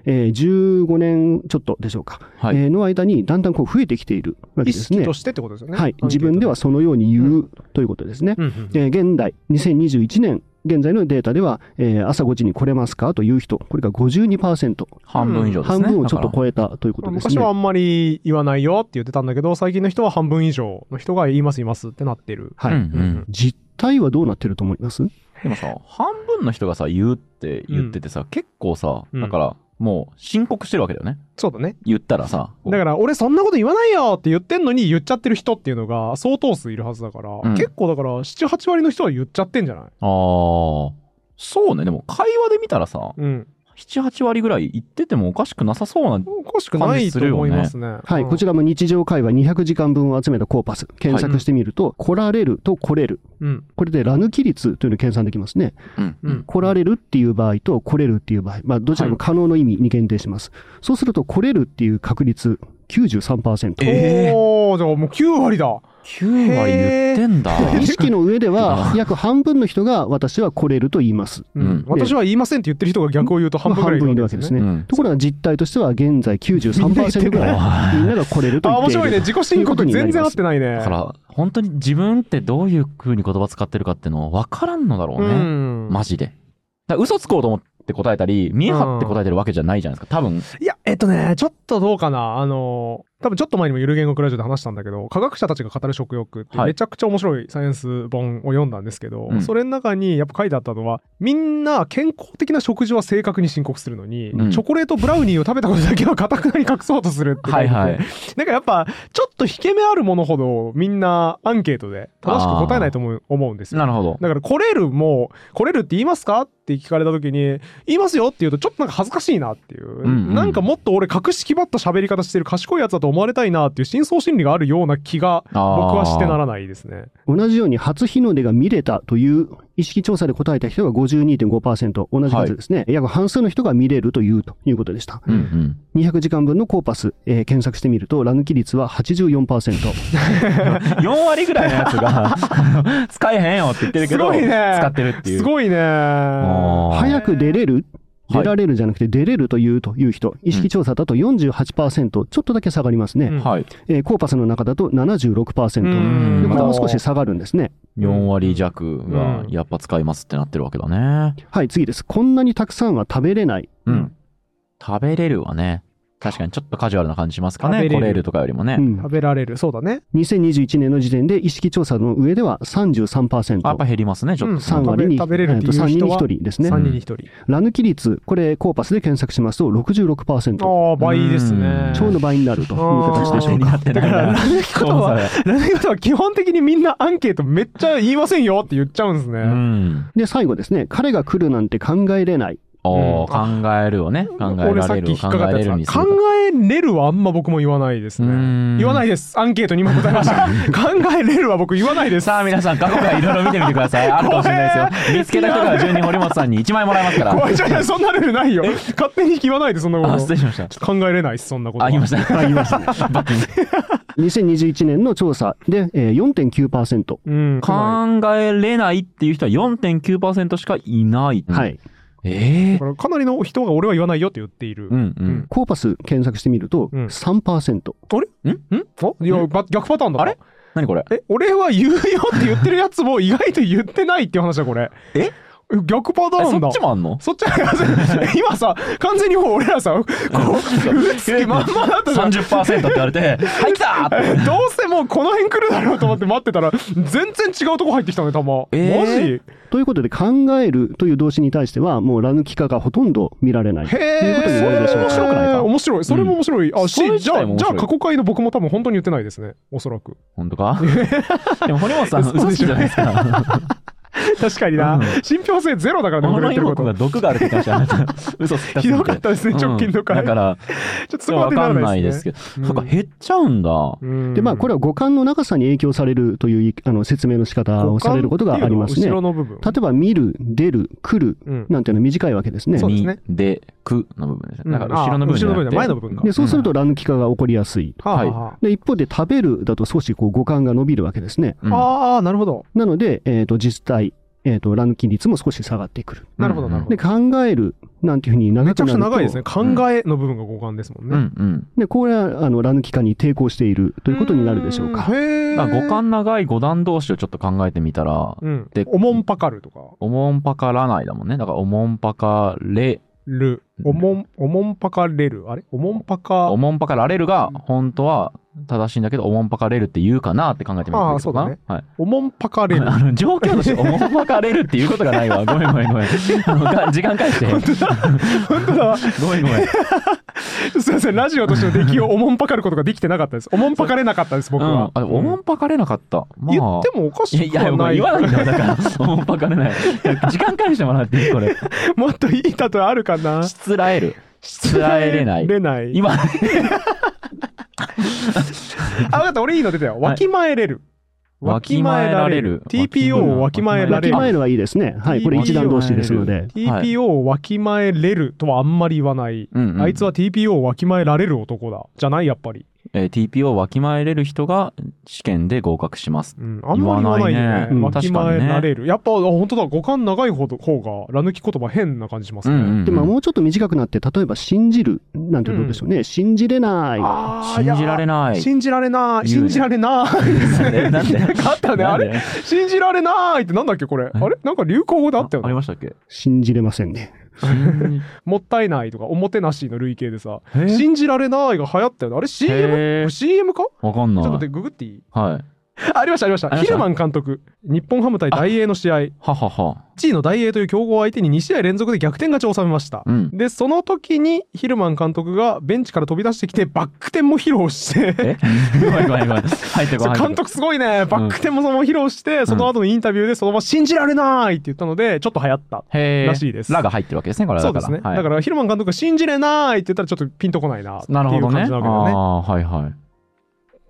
えー15年ちょっとでしょうか、はい。えーの間にだんだんこう増えてきているわけ意ですね。識としてってことですよね。はい、アンケ自ート分では。そのように言う、ということですね。うんうん。えー現代、2021年、現在のデータでは、えー朝5時に来れますかという人、これが52%、半分以上です半ね。分をちょっとえ超えたということです昔はあね。んまり言わないよって言ってたんだけど、最近の人は半分以上の人が言います、言いますってなってる。はいうんうん。実態はどうなってると思いますでもさ、半分の人がさ、言うって言っててさ、結構さ、うんだから、もう申告してるわけだよね。そうだね。言ったらさ。こうだから、俺そんなこと言わないよって言ってんのに言っちゃってる人っていうのが相当数いるはずだから、ん結構だから、7、8割の人は言っちゃってんじゃないあーそうね。でも会話で見たらさ、うん。 7、8割ぐらい言っててもおかしくなさそうな。おかしくないと思いますね。はい、うんこちらも日常会話200時間分を集めたコーパス。検索してみると、来られると来れる。うん。これでラヌキ率というのを計算できますね。うんうん来られるっていう場合と来れるっていう場合、まあ、どちらも可能の意味に限定します。そうすると、来れるっていう確率93%。えーおー、じゃあもう9割だ。 9割言ってんだ。意識の上ではあ、約半分の人が私は来れると言います。うん私は言いませんって言ってる人が逆を言うと半分ぐらいいまあ半分るいるわわけけでですすね。ね。うんところが実態としては現在93%ぐらあーい、みんなが来れるとあ、言っ面ている。白いね。自己申告全然合ってないね。だから、本当に自分ってどういう風に言葉使ってるかっていうの分からんのだろうね。うん。マジで。だから嘘つこうと思って答えたり、見え張って答えてるわけじゃないじゃないですか。多分。いや、えっとね、ちょっとどうかな。あの、多分ちょっと前にもゆる言語クラジオで話したんだけど、科学者たちが語る食欲ってはいめちゃくちゃ面白いサイエンス本を読んだんですけど、うんそれの中にやっぱ書いてあったのは、みんな健康的な食事は正確に申告するのに、うんチョコレートブラウニーを食べたことだけはかたくなに隠そうとするって書はいいてて、はい。なんかやっぱちょっと引け目あるものほどみんなアンケートで正しく答えないと思う思うんですよ。なるほど。だから「来れる」も「来れるって言いますか?」って聞かれた時に「言いますよ」って言うとちょっとなんか恥ずかしいなっていう、んうんなんかもっと俺隠しきばった喋り方してる賢いやつだと思われたいなっていう深層心理があるような気があー僕はしてならないですね。同じように初日の出が見れたという意識調査で答えた人が52.5%、同じ数ですね、約半数の人が見れるというということでした。うんうん。 200時間分のコーパス、えー検索してみると、ラ抜き率は84%。 4割ぐらいのやつが使えへんよって言ってるけすど、ごいね使ってるっていう。すごいねあー早く出れるはい出られるじゃなくて出れるというという人、意識調査だと48%、ちょっとだけ下がりますね。うんはい。えーコーパスの中だと76%。うんでこれもも少し下がるんですね。 4割弱がうんやっぱ使いますってなってるわけだね。はい、次です。こんなにたくさんは食べれない。うん。食べれるはね、確かにちょっとカジュアルな感じしますかね。食べれる来れるとかよりもね。うん食べられるそうだね。 2021年の時点で意識調査の上では33%。あやっぱ減りますね、ちょっと。 3割に、食べれるっていう人は3人に1人ですね。 3人に1人。ラ抜き率、これ、コーパスで検索しますと66%。ああ倍ですね。超の倍になるという形でしょうにか。なってないな。方 はラネは基本的にみんなアンケートめっちゃ言いませんよって言っちゃうんですね。うん。で、最後ですね。彼が来るなんて考えれない。おー考えるをね。考え俺らさっれきる引をっ考かかったえれやるつにだする考か。えれるはあんま僕も言わないですうーねん言わないですアンケートにも答えました 考えれるは僕言わないですさあ皆さん、過去からいろいろ見てみてくだ さい。あるかもしれないですよ。見つけた人から順に堀本さんに1万円もらえますから。怖いじゃないそんなルールないよ勝手に言わないでそんなあ、こ失と礼しました。考えれないっすそんなことはあ、言いました。言いま した。罰金2021年の調査で、えー4.9%。うん考えれないっていう人は4.9%しかいない。。はいい。ええだからかなりの人が俺は言わないよって言っているうんうん。コーパス検索してみるとうん3%。んんおいやば逆パターンだったあれ何これえ俺は言うよって言ってるやつも意外と言ってないっていう話だこれえ逆パえターそンだっちもあんのそっちは 今さ完全にもう俺らさこう打つ気まんまだったじゃん ?30% って言われて、 はい、来たーってえ どうせもうこの辺来るだろうと思って待ってたら全然違うとこ入ってきたねたま、えーということで、考えるという動詞に対しては、もうラヌキ化がほとんど見られない。マジへということになるえでしょう面白くないか面白いそれも面白い、あそれし自じゃ体あも面じゃ白あい過去回の僕も多分本当に言ってないですねおそらく本当かでも堀本さん、嘘嘘つきじゃないですか。 確かにな、うん信憑性ゼロだからねこ俺のの言ってるこ妹がと毒があるって言ってましたね。嘘つきひどかったですね直近の回だから、ちょっとちそょこっまとでわかなんらなないいでですすねけど、そっか、減っちゃうんだ。うんで、まあ、これは五感の長さに影響されるというあの説明の仕方をされることがあります五感ってね。例いうのは後ろの部分えば、見る、出る、来る、うんなんていうのは短いわけですねそう。ですねみで、くの部分ですうんね。だから後ろの部分じゃなくあて。前の部分かで、そうするとラヌキ化が起こりやすい。はあはあはあで、一方で、食べるだと少しこう五感が伸びるわけですね。うんああ、なるほど。なので、えっと、実態、えっと、ラヌキ率も少し下がってくる。なるほど、うんなるほどで、。考える、なんていうふうに長めちくゃくなちゃる長いですとね。、考えの部分が五感ですもんうね。んうん。で、これは、あの、ラヌキ化に抵抗しているということになるでしょうか。んへえ。だから五感長い五段同士をちょっと考えてみたら、うんでおもんぱかるとか、おもんぱからないだもんね。だからおもんぱかれる、おもん、おもんぱかれる。あれおもんぱか。おもんぱかられるが、本当は正しいんだけど、おもんぱかれるって言うかなって考えてみてくれあーるそうかだな、ねはい。おもんぱかれる。あの、状況と しておもんぱかれるっていうことがないわ。ごめんごめんごめん。あのが時間返して。本当だ。本当だわ。ごめんごめん。 すいません、ラジオとしての出来をおもんぱかることができてなかったです。おもんぱかれなかったです、僕うんは。あおもんぱかれなかった。まあ、言ってもおかしいくやいや、はもなうい。言わないんだよ。だから、おもんぱかれない。時間返してもらっていいこれ。もっといい例えあるかな。しつらえる。しつらえれない。れない。今、あ、分かった、俺いいの出たよ。わきまえれる。わきまえられる TPO をわきまえらわれきる。まえるはいいですね。はい、これ一段同士ですので。まえられる TPO をわきまえれるとはあんまり言わない。うんうんあいつは TPO をわきまえられる男だ。じゃない、やっぱり。えー TPO をわきまえれる人が試験で合格します。うん、あんまり言わないよ言わねな。いねわきまえられる。やっぱ、あ本当だ、五感長いほど方が、ら抜き言葉変な感じしますね。でまあもうちょっと短くなって、例えば信じるなんてどうでしょうね。信じれない。あー信じられないいや。信じられない。言うね信じられない ですね。え なんでなんかあったよね。あれなんで信じられないってなんだっけこれ。あれなんか流行語であったよありね。ましたっけ信じれませんね。信もったいないとか、おもてなしの類型でさ、えー信じられないが流行ったよね。あれ CM?CM へーかちわかんょっなと待っい。て、ググっていいはい。あありました、ありました。ありまヒしたルマン監督、日本ハム対ダイエーの試合、ははは。 1位のダイエーという強豪を相手に2試合連続で逆転勝ちを収めました。うん。で、その時にヒルマン監督がベンチから飛び出してきて、バック転も披露して、え ごめんごめんごめん。入ってこそう入ってこ監督すごいね、バック転もそのまま披露して、その後のインタビューでそのまま信じられないって言ったので、ちょっと流行った。へーらしいですラが入ってるわけですね、これはそうだかでら。すね。はいだから、ヒルマン監督が信じれないって言ったら、ちょっとピンとこないなっていうなるほどね。感じなわけだよね。ああー、はいはい。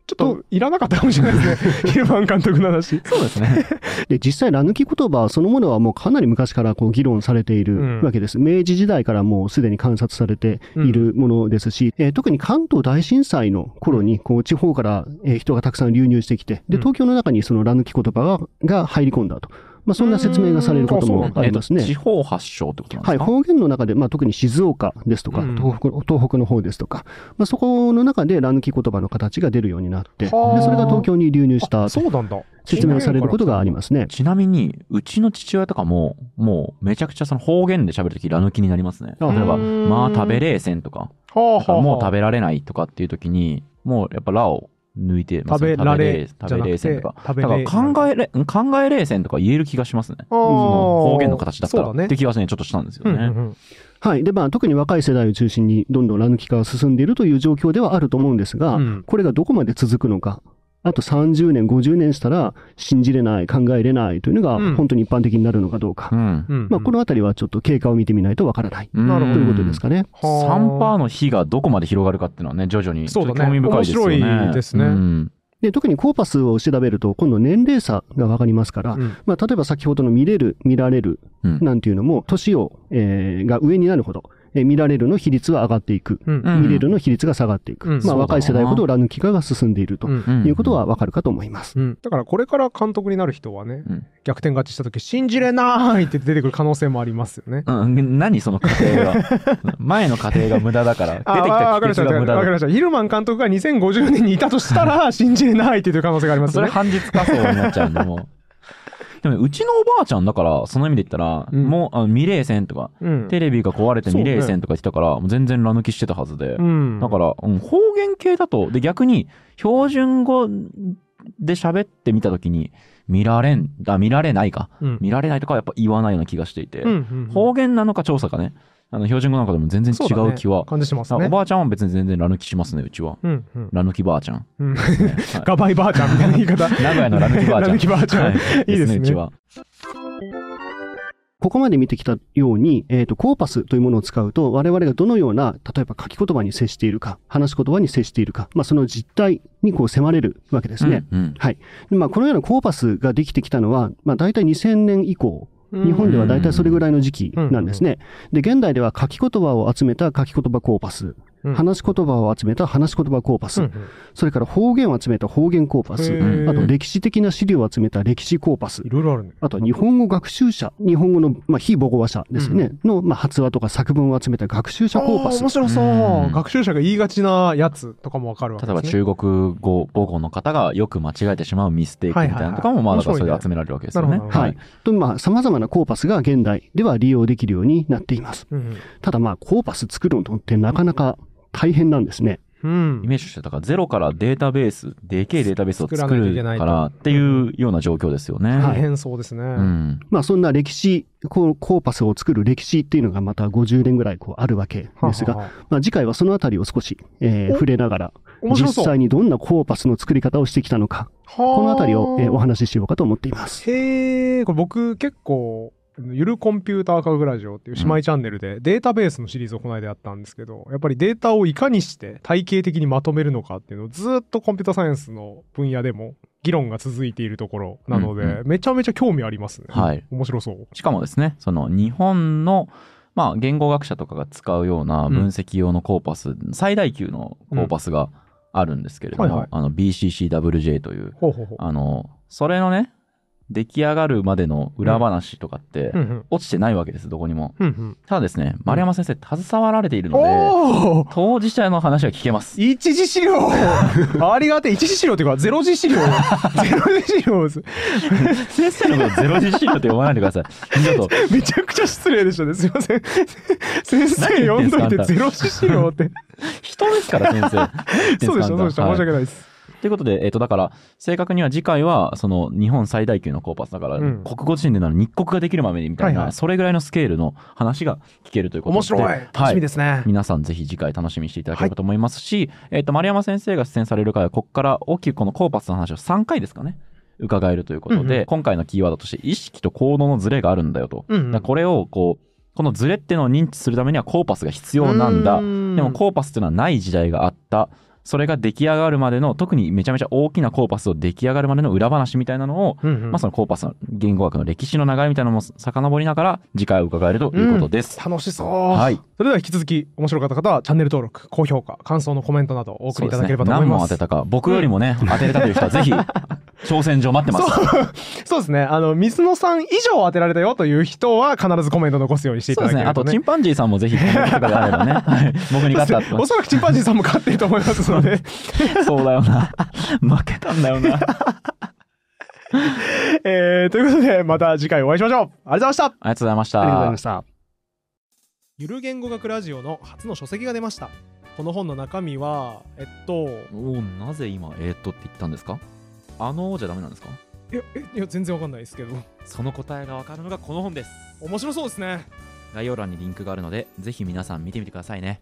ちょっといらなかったかもしれないです ね、ヒルマン監督の話。そうですね。で、実際、ら抜き言葉そのものはもうかなり昔からこう議論されていうんるわけです。明治時代からもうすでに観察されているものですし、えー特に関東大震災の頃に、こう、地方から、えー人がたくさん流入してきて、うで、ん東京の中にそのら抜き言葉がが入り込んだと。まあ、そんな説明がされることうんあそうなもんだありますえっと地ね。方発祥ってことなんではい、すか方言の中で、まあ、特に静岡ですとか、うん東北東北の方ですとか、まあ、そこの中でら抜き言葉の形が出るようになって、でそはあれが東京に流入したあそうなんだ。説明されることがありますね。ちなみに、うちの父親とかも、もうめちゃくちゃその方言で喋るとき、ラ抜きになりますね。あ例えば、うーんまあ食べれえせんとか、はあはあはあもう食べられないとかっていうときに、もうやっぱラを抜いてますね、食べられ食べれえせんとか。食べだから考えれ、考えれえせんとか言える気がしますね。方言の形だったら、そうだねって気がね、ちょっとしたんですようね。んうんうんはい。で、まあ、特に若い世代を中心に、どんどんラ抜き化が進んでいるという状況ではあると思うんですが、うんこれがどこまで続くのか。あと30年、50年したら、信じれない、考えれないというのうんが、本当に一般的になるのかどうか。うん。うんうんまあ、このあたりはちょっと経過を見てみないとわからない、なるほどということですかね。はあ3%の火がどこまで広がるかっていうのはね、徐々にそうだねちょっと興味深いですよね。面白いですねうんで、特にコーパスを調べると、今度年齢差がわかりますから、うんまあ、例えば先ほどの見れる、見られるうんなんていうのも、年を、えーが上になるほど、えー見られるの比率は上がっていく、うんうん見れるの比率が下がっていく、うんそうだまあ、な若い世代ほどラ抜き化が進んでいるとうんんいうことはわかるかと思います。うんだからこれから監督になる人はね、うん逆転勝ちした時信じれないって出てくる可能性もありますよね。うん、何その過程 が前の過程が無駄だから出てきああたわかり過まし程がたわ無駄かりだました。ヒルマン監督が2050年にいたとしたら信じれないっていう可能性がありますそよれね。半日仮想になっちゃうんでもう でもねうちのおばあちゃんだからその意味で言ったら、うんもうあの未霊線とかうんテレビが壊れてそうね未霊線とか言ってたから、もう全然ラ抜きしてたはずで、うんだから、うん、方言系だとで逆に標準語で喋ってみた時に見られんあ見られないかうん見られないとかはやっぱ言わないような気がしていて、うんうん方言なのか調査かねあの標準語なのかでも全然違う気そだはね感じしますあね。おばあちゃんは別に全然ラ抜きしますね、うちは。うんうんラ抜きばあち ゃん。うんねはいガバイばあちゃんみたいな言い方。 名古屋のラ抜きばあちゃん。ラヌキばあちゃんはい いいですねうちは。ここまで見てきたように、えー、とコーパスというものを使うと、我々がどのような、例えば書き言葉に接しているか、話し言葉に接しているか、まあ、その実態にこう迫れるわけですね。うん。はいでまあ、このようなコーパスができてきたのは、まあ、大体2000年以降日日本では大体それぐらいの時期なんですね。で、現代では書き言葉を集めた書き言葉コーパスうん話し言葉を集めた話し言葉コーパス、うんそれから方言を集めた方言コーパス、へーあと歴史的な資料を集めた歴史コーパスい、ろいろあるね。あとは日本語学習者、日本語の、まあ、非母語話者ですね、の、まあ、発話とか作文を集めた学習者コーパあース面。白そうう。ん学習者が言いがちなやつとかもわかるわけ例えですばね。中国語母語の方がよく間違えてしまうミステイクみたいなのとかも、まあ、だからそれで集められるわけですよね。面白いねはい。と、まあ、様々なコーパスが現代では利用できるようになっています。うんただ、まあ、コーパス作るのってなかなか大変なんですね。うん。イメージとしてだからゼロからデータベース、でけえデータベースを作ら作ないといけるないとからっていうような状況ですよね。大変そうですね。うん。まあ、そんな歴史、こうコーパスを作る歴史っていうのがまた50年ぐらいこうあるわけですが、はあはあまあ、次回はそのあたりを少し、えーお触れながら、面白実そう。際にどんなコーパスの作り方をしてきたのか、ここのあたりを、えーお話ししようかと思っています。へえ、これ僕結構、ゆるコンピューター科学ラジオっていう姉妹チャンネルでデータベースのシリーズをこの間やったんですけど、やっぱりデータをいかにして体系的にまとめるのかっていうのをずっとコンピューターサイエンスの分野でも議論が続いているところなので、うんうめちゃめちゃ興味ありますね。はい。面白そう。しかもですね、その日本の、まあ、言語学者とかが使うような分析用のコーパス、最大級のコーパスがあるんですけれども、うんはいはいあの BCCWJ という、ほうほうほう。あの、それのね、出来上がるまでの裏話とかって、うんうん。落ちてないわけです、どこにも。うんうん。ただですね、丸山先生、携わられているので、おお当事者の話が聞けます。一次資料ありがてえ一次資料っていうかゼロ 次資料ゼロ次資料です先生のことゼロ次資料って読まないでください。 二度と。めちゃくちゃ失礼でしたね。すいません。先生呼んどいてゼロ指資料って。人ですから、先生。 そうでした、そうでした。はい申し訳ないです。ということで、えっ、と、だから、正確には次回は、その、日本最大級のコーパスだから、うん国語辞典でなら日国ができるまでにみたいな、はいはいそれぐらいのスケールの話が聞けるということで。。面白い。楽しみですすね。 皆さんぜひ次回楽しみにしていただければと思いますし、えっ、と、丸山先生が出演される回は、ここから大きくこのコーパスの話を3回ですかね、伺えるということで、うんうん今回のキーワードとして、意識と行動のズレがあるんだよと。うんうんだからこれを、こう、このズレっていうのを認知するためにはコーパスが必要なんだ。でもコーパスというのはない時代があった。それが出来上がるまでの、特にめちゃめちゃ大きなコーパスを出来上がるまでの裏話みたいなのを、うんうんまあそのコーパスの言語学の歴史の流れみたいなのも遡りながら次回を伺えるということです。楽しそう。はい。それでは引き続き、面白かった方はチャンネル登録、高評価、感想のコメントなどお送りいただければと思いまそうす。ですね何問当てたか。僕よりもね、当てれたという人は ぜひ、挑戦状待ってます。そうですね。あの、水野さん以上当てられたよという人は必ずコメント残すようにしていたそうだですね。ければあとと、ねチンパンジーさんもぜひコメントとかであればね、 はい僕に勝ったおそらくチンパンジーさんも勝っていると思いますので、と。そうだよな。 負けたんだよな。えー、ということで、また次回お会いしましょう。ありがとうございました。ありがとうございましありがとうござたいま。した。ゆる言語学ラジオの初の書籍が出ましたこの本の中身はえっとおおなぜ今えー、っとって言ったんですかあのー、じゃダメなんですかいやえいや全然わかんないですけどその答えがわかるのがこの本です面白そうですね概要欄にリンクがあるのでぜひ皆さん見てみてくださいね